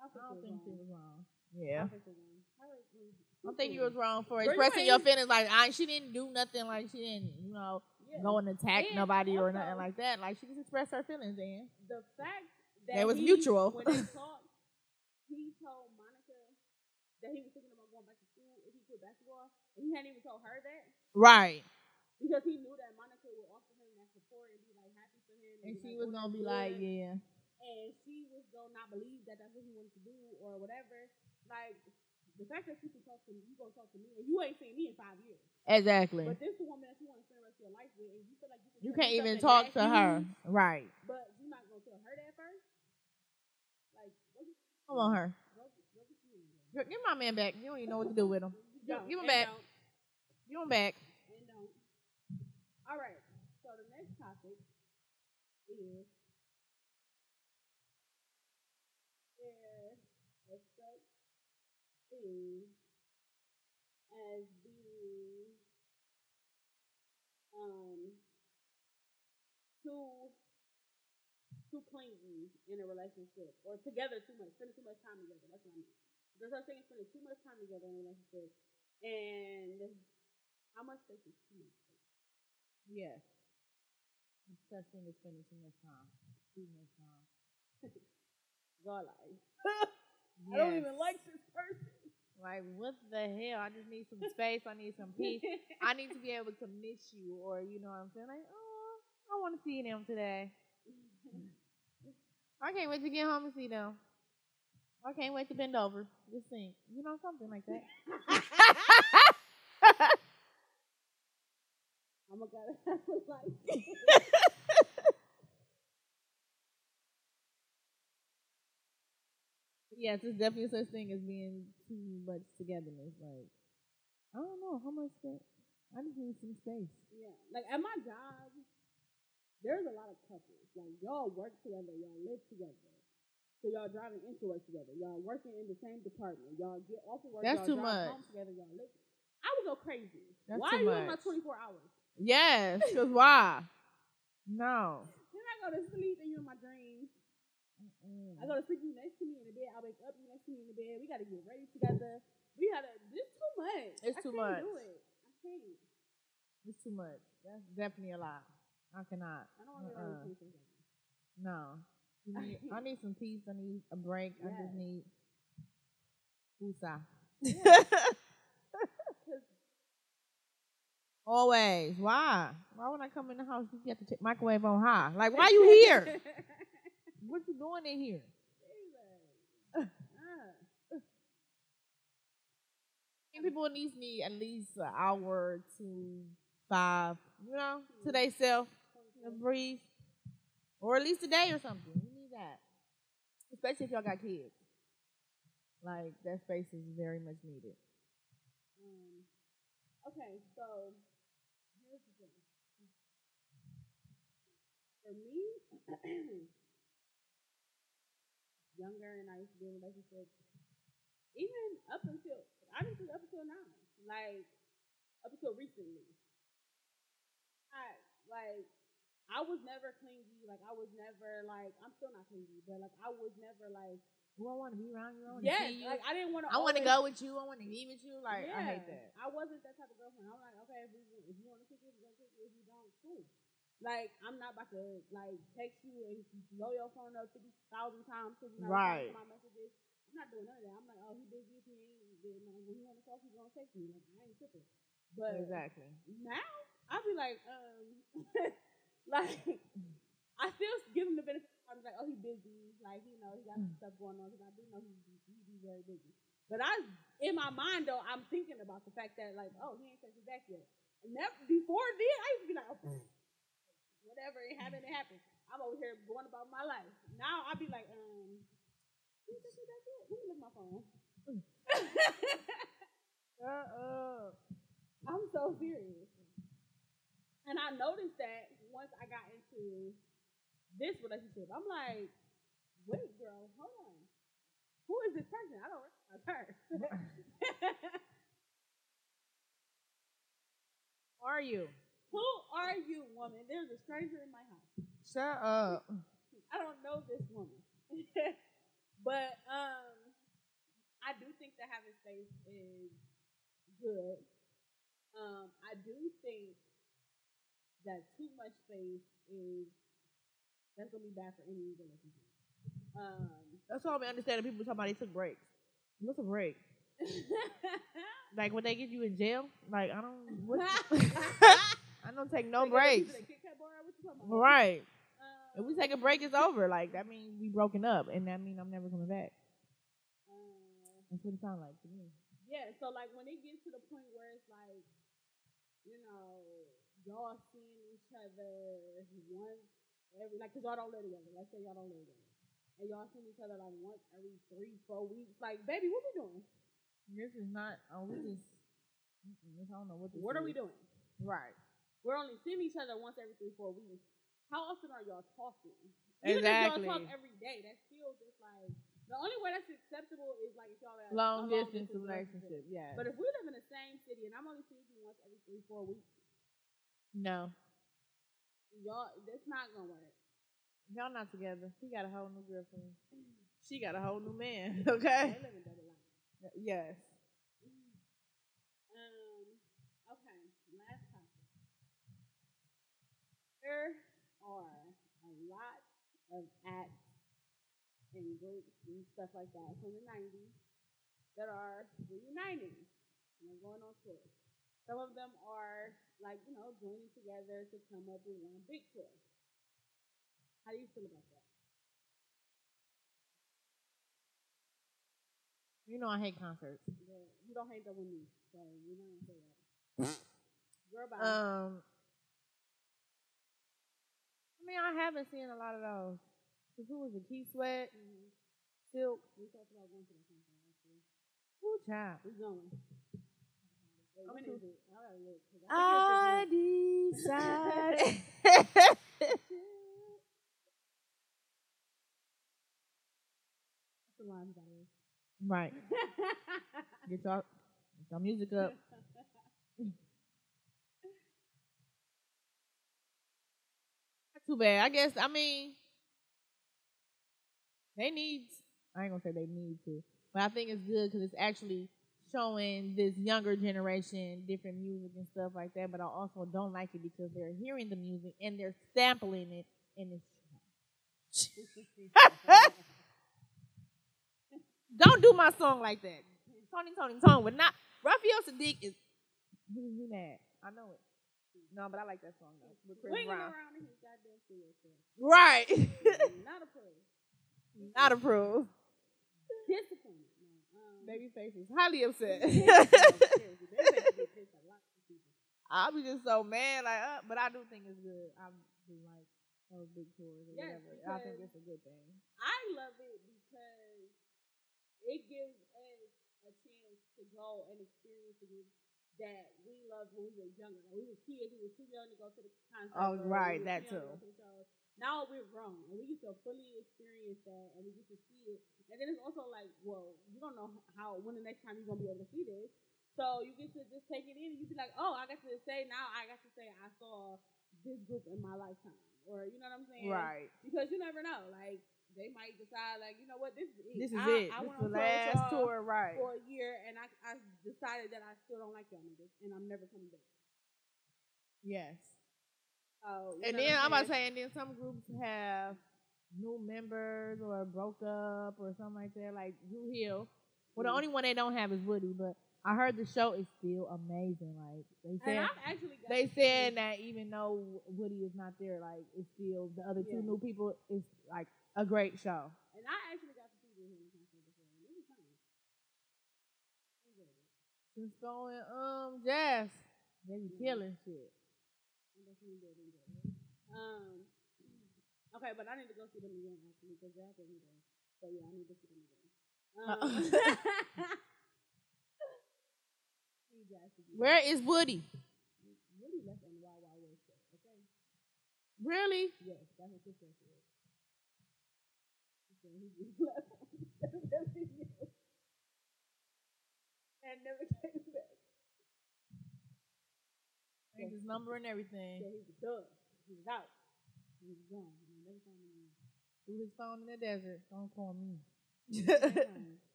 F: I
G: I don't think
F: think
G: she
F: you're
G: was
F: wrong.
G: wrong.
F: I
G: Yeah.
F: don't think you're wrong. I like when-
G: I think you was wrong for
F: Girl, you
G: expressing
F: ain't-
G: your feelings. Like I, she didn't do nothing. Like she didn't, you know,
F: Yeah.
G: go and attack
F: And
G: nobody or
F: also-
G: nothing like that. Like she just expressed her feelings. Then
F: the fact that
G: That was
F: he-
G: mutual.
F: When they talked, he told Monica that he was thinking about going back to school if he quit basketball, and he hadn't even told her that
G: right,
F: because he knew that Monica would offer him that support and be like happy for him.
G: and she
F: like,
G: was
F: "Oh,
G: gonna
F: that's
G: be like,
F: good,"
G: yeah,
F: and she was gonna not believe that that's what he wanted to do or whatever. Like the fact that she could talk to me, you gonna talk to me, and you ain't seen me in five years.
G: exactly.
F: But this the woman that you want to spend the rest of your life with, and you feel like you, can
G: You
F: tell me
G: can't even
F: something
G: talk to
F: that
G: her.
F: huge,
G: Right,
F: But you're not gonna tell her that first. Like, what you
G: come on, her.
F: what you- what you doing?
G: Give give my man back. You don't even know what to do with him. Give-
F: Don't,
G: give
F: and
G: him back.
F: Don't,
G: Give him back.
F: and don't. All right. So the next topic is there a such thing as being um too too clingy in a relationship or together too much, spending too much time together. That's what I mean. There's such thing as spending too much time together in a relationship and how much space is too much space?
G: Yes. Such thing is spending too much time. Too much time.
F: God, like, I don't even like this person.
G: Like what the hell? I just need some space. I need some peace. I need to be able to miss you, or you know what I'm saying? Like, oh, I want to see them today. I can't wait to get home and see them. I can't wait to bend over. Just think, you know, something like that.
F: I'm gonna gotta have a life.
G: yes, it's definitely such thing as being too much togetherness. Like, I don't know how much that. I just need some space.
F: Yeah, like at my job, there's a lot of couples. Like y'all work together, y'all live together. So y'all driving into work together. Y'all working in the same department. Y'all get off of work.
G: That's
F: y'all
G: too
F: drive
G: much.
F: Home together, y'all live. I would go crazy.
G: That's
F: Why
G: too
F: are you on my
G: much.
F: 24 hours?
G: Yes, because why? No.
F: Then I go to sleep and you're in my dreams. I go to sleep you next to me in the bed. I wake up you next to me in the bed. We gotta get ready together. We gotta. This too much.
G: It's
F: I
G: too
F: can't
G: much.
F: Do it. I can't.
G: It's too much. That's definitely a lie. I cannot.
F: I don't want to
G: Uh-uh.
F: be around
G: No. You need- I need some peace. I need a break. I
F: Yes.
G: just need Usa. Always. Why? Why when I come in the house, you got to take microwave on high? Like, why you here? what you doing in here? People in these need at least an hour to five, you know, to themselves, to breathe, or at least a day or something. You need that, especially if y'all got kids. Like that space is very much needed.
F: Um, okay, so here's the thing. For me, younger and I used to be in relationships, even up until honestly up until now, like up until recently, I like I was never clingy. Like I was never like I'm still not clingy, but like I was never like
G: Who I want to be around Oh, you. I want to
F: yes,
G: see you.
F: like I didn't want to.
G: I want to
F: always-
G: go with you. I want to be with you. Like I hate that.
F: I wasn't that type of girlfriend. I'm like, okay, if, we, if you want to kick it, we're gonna kick it. If you don't, cool. Like, I'm not about to like text you and blow your phone up fifty thousand times because you're not responding
G: Right.
F: to my messages. I'm not doing none of that. I'm like, oh, he busy. If he ain't, then, like, when he want to talk, he's gonna text me. Like, I ain't tripping. But
G: Exactly.
F: now I'd be like, um, like I still give him the benefit. I'm like, oh, he busy. Like you know, he got some stuff going on because I do know he be, he be very busy. But I, in my mind though, I'm thinking about the fact that like, oh, he ain't texted back yet. And that before then, I used to be like, oh, whatever, it happened, it happened. I'm over here going about my life. Now I'd be like, um, he text me back yet? Let me look at my phone.
G: Uh-uh.
F: I'm so serious. And I noticed that once I got into this relationship, I'm like, wait, girl, hold on. Who is this person? I don't recognize her.
G: Are you?
F: Who are you, woman? There's a stranger in my house.
G: Shut up.
F: I don't know this woman. but um I do think that having space is good. Um, I do think that too much space is that's gonna be bad for any relationship. Um
G: That's all I understand. People talking about they took breaks. What's a break? Like when they get you in jail? Like I don't. What, I don't take no
F: Like,
G: breaks.
F: is it a Kit Kat bar? What you talking about?
G: Right.
F: Um,
G: If we take a break, it's over. Like that means we broken up, and that means I'm never coming back.
F: uh,
G: That's what it sounds like to me.
F: Yeah, so like when it gets to the point where it's like, you know, y'all seeing each other once every, like, cause y'all don't live together. Let's say y'all don't live together. And y'all seeing each other like once every three, four weeks. Like, baby, what we doing?
G: This is not. Oh, we just. mm-mm, I don't know what. This
F: What are we
G: is.
F: doing?
G: Right.
F: We're only seeing each other once every three, four weeks. How often are y'all talking? Even if
G: Exactly.
F: y'all talk every day, that's still just like, the only way that's acceptable is like if y'all have a
G: Long distance
F: long-distance
G: relationship. Yeah.
F: But if we live in the same city and I'm only seeing you once every three, four weeks,
G: no,
F: y'all that's not gonna work.
G: y'all not together. He got a whole new girlfriend. She got a whole new man.
F: They
G: Okay.
F: live in double life.
G: Yes.
F: Um, okay, last topic. There are a lot of acts and groups and stuff like that from the nineties that are reuniting and are going on tour. Some of them are like, you know, joining together to come up with one big tour. How do you feel about that?
G: You know I hate concerts.
F: Well, you don't hate double knees, so you don't say that. You're about
G: Um, I mean, I haven't seen a lot of those. Cause who was it? Key Sweat,
F: Mhm.
G: Silk,
F: We talked about going to that concert actually.
G: who child?
F: We're going. Wait,
G: I'm
F: when
G: too-
F: is it? I gotta look. 'cause I think
G: I
F: it's this month.
G: decided. Right. Get y'all, get y'all music up. Not too bad. I guess, I mean, they need, I ain't going to say they need to, but I think it's good because it's actually showing this younger generation different music and stuff like that. But I also don't like it because they're hearing the music and they're sampling it and it's Don't do my song like that. Tony, Tony, Tony would not. Raphael Sadiq is he, he mad. I know it. No, but I like that song though. With Chris
F: Swinging
G: Brown.
F: around in his goddamn field. so
G: Right.
F: Not a praise.
G: not approved.
F: Disappointed. No, um,
G: Babyface is highly upset.
F: Seriously, they make me get pissed a lot of people.
G: I'll be just so mad, like, uh, but I do think it's good. I do like those big tours or
F: Yes,
G: whatever. I think
F: because-
G: it's a good thing.
F: I love it because it gives us a chance to go and experience things that we loved when we were younger. When we were kids, we were too young to go to the concert.
G: Oh,
F: or we
G: right,
F: were
G: that
F: too young to
G: too.
F: go to the shows. Now we're grown and we get to fully experience that and we get to see it. And then it's also like, well, you don't know how when the next time you're gonna be able to see this. So you get to just take it in and you be like, oh, I got to say now I got to say I saw this group in my lifetime, or you know what I'm saying?
G: Right.
F: because you never know. Like they might decide, like you know what, this is it.
G: This is
F: I,
G: it.
F: I
G: this
F: went on Pro
G: is the last
F: Tour
G: tour, right?
F: for a year, and I, I decided that I still don't like y'all niggas, and I'm never coming back.
G: Yes.
F: So, you
G: And
F: know
G: then I'm
F: what
G: about to say, and then some groups have new members or broke up or something like that, like Drew Hill. Well, the
F: Mhm.
G: only one they don't have is Woody, but I heard the show is still amazing. Like they
F: And
G: said,
F: I've actually got
G: they said that even though Woody is not there, like it's still the other
F: Yeah.
G: two new people. It's like a great show.
F: and I actually got to see this in concert before, and it was fun. It was good.
G: Just going, um, jazz. They be
F: Yeah.
G: killing shit.
F: I definitely did enjoy it. Um, okay, but I need to go see them again actually because they have to there. So yeah, I need to see them again. Um, you guys should be
G: Where is Woody?
F: Woody left on the Wild Wild West show, okay?
G: Really?
F: Yes, that's what this show is. Okay, he just left on the show. and never came back.
G: And his number and everything.
F: Yeah, he was done. He was out. He was gone. He never found him again.
G: Threw his phone in the desert. Don't call me.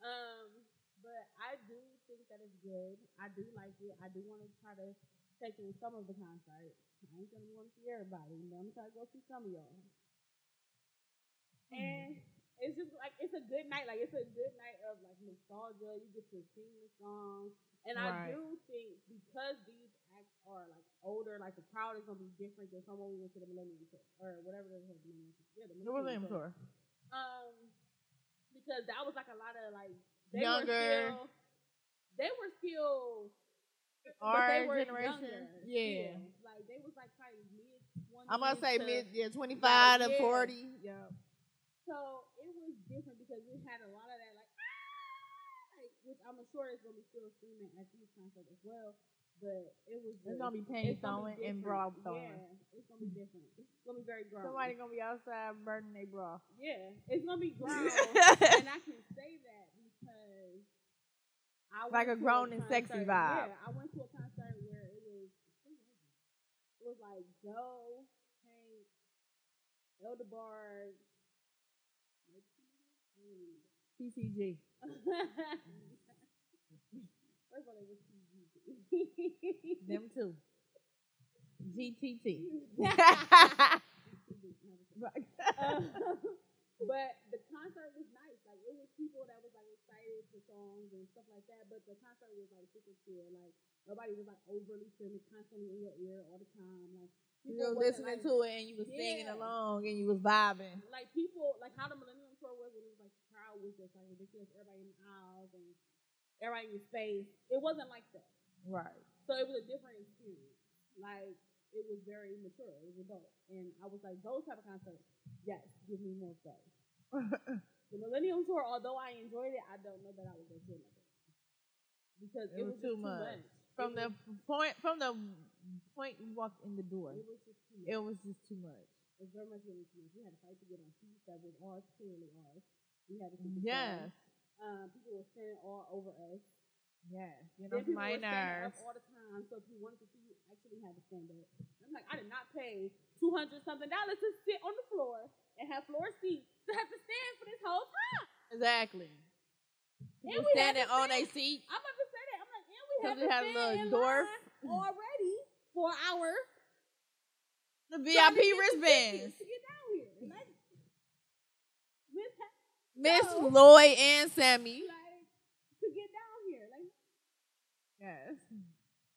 F: um, but I do think that it's good. I do like it. I do want to try to take in some of the concerts. I ain't gonna want to see everybody, but I'm gonna try to go see some of y'all.
G: Hmm.
F: And it's just like it's a good night. Like it's a good night of like nostalgia. You get to sing the songs. And I
G: Right.
F: do think because these acts are like older, like the crowd is gonna be different than someone we went to the Millennium Tour or whatever the hell the Millennium Tour. Yeah, the
G: It was
F: Millennium
G: him,
F: Tour.
G: sure.
F: Um, because that was like a lot of like they Were
G: Younger.
F: still, they were still but
G: Our
F: they were
G: generation.
F: younger
G: Yeah.
F: still. like they was like probably mid.
G: I'm gonna say
F: 20s to-
G: mid, yeah, 25 to
F: yeah.
G: 40. Yeah.
F: So it was different because it had a lot of that like, "Ah!" like, which I'm sure is gonna be still streaming at these concerts as well. But it was.
G: It's
F: good.
G: gonna be pain
F: It's gonna
G: throwing
F: be
G: and
F: different.
G: bra throwing.
F: Yeah, it's gonna be different. It's gonna be very grown.
G: Somebody gonna be outside burning their bra.
F: Yeah, it's gonna be grown, and I can say that because I went
G: Like a
F: to
G: grown and sexy
F: concert-
G: vibe.
F: Yeah, I went to a concert where it was who was it? It was like Joe, Hank, Eldebar. First
G: TCG.
F: of all, it was TGG.
G: Them two. GTT. Right.
F: Um, but the concert was nice. Like it was people that was like excited for songs and stuff like that. But the concert was like super chill. Like nobody was like overly friendly, constantly in your ear all the time. Like
G: you
F: people
G: were
F: wasn't,
G: listening
F: like-
G: to it and you was singing
F: Yeah.
G: along and you was vibing.
F: like people like how the Millennium Tour was when it was like the crowd was just like ridiculous, everybody in the aisles and everybody in your space. It wasn't like that.
G: Right.
F: So it was a different experience. Like it was very mature. It was adult, and I was like, those type of concerts, yes, give me more of those. the Millennium Tour, although I enjoyed it, I don't know that I would go to another one. because it, was, just too much.
G: From
F: it
G: the point from the point you walked in the door,
F: was, it was just too much. It
G: it was just too much.
F: was very much really too much. We had a fight to get on seats that was ours, clearly ours. We had to keep it
G: Yes.
F: going. Um, people were standing all over us.
G: Yes, get
F: Then
G: off
F: people
G: my
F: were standing
G: nerves.
F: up all the time, so if you wanted to see, you actually had to stand up. I'm like, I did not pay two hundred something dollars to sit on the floor and have floor seats to have to stand for this whole time.
G: Exactly.
F: And
G: People
F: we had
G: standing
F: to
G: on
F: stand.
G: their seat.
F: I'm about to say that. I'm like, and we
G: Cause
F: have
G: it
F: to
G: had a
F: stand
G: little
F: in
G: door.
F: line already for an hour.
G: The
F: trying to
G: VIP
F: get the
G: wristbands.
F: tickets To get down here, like, Miss Ha-
G: Miss
F: No.
G: Lloyd and Sammy.
F: like, to get down here, like.
G: Yes.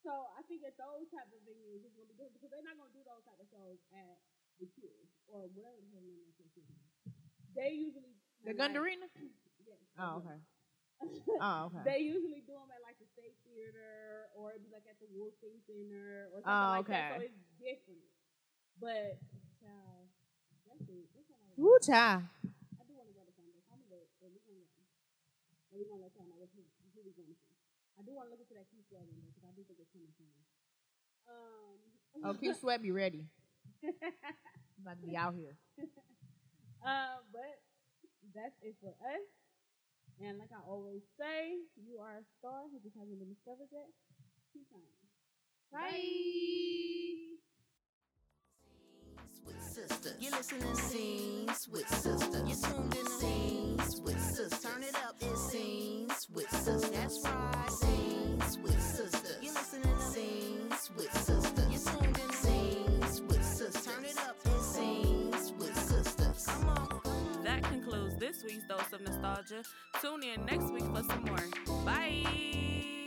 F: So I think at those type of venues it's gonna be different because they're not gonna do those type of shows at the Cure or whatever the hell name of that shit is. They usually
G: The
F: at,
G: Gundarina?
F: Like, yes,
G: Oh,
F: the
G: okay.
F: Gun-
G: Oh, okay.
F: They usually do them at like the State Theater or it'd be like at the Wolfing Center or something
G: Oh,
F: like that. So
G: okay.
F: it's different. But child, that's it. That's all I
G: Woo
F: want.
G: child.
F: I do want to go to Sunday. I'm gonna go. So we're gonna go. And we're gonna let y'all know what we who we going to. I do want to look into that key flow window because I do think it's coming soon. Um.
G: Oh, Keith Sweat, be ready.
F: um.
G: I'm about to be out here.
F: But that's it for us. And like I always say, you are a star who just hasn't been discovered yet. Keep shining. Bye.
B: Scenes with sisters.
C: You're listening to
B: Scenes with sisters.
C: You tuned in to
B: Scenes with sisters.
C: Turn it up. It's
B: Scenes with sisters.
C: That's right.
B: Scenes with sisters.
C: You listening to
B: Scenes with sisters.
C: You tuned in to
B: Scenes with sisters.
C: Turn it up. It's
B: Scenes with sisters.
C: Come on.
A: That concludes this week's dose of nostalgia. Tune in next week for some more. Bye.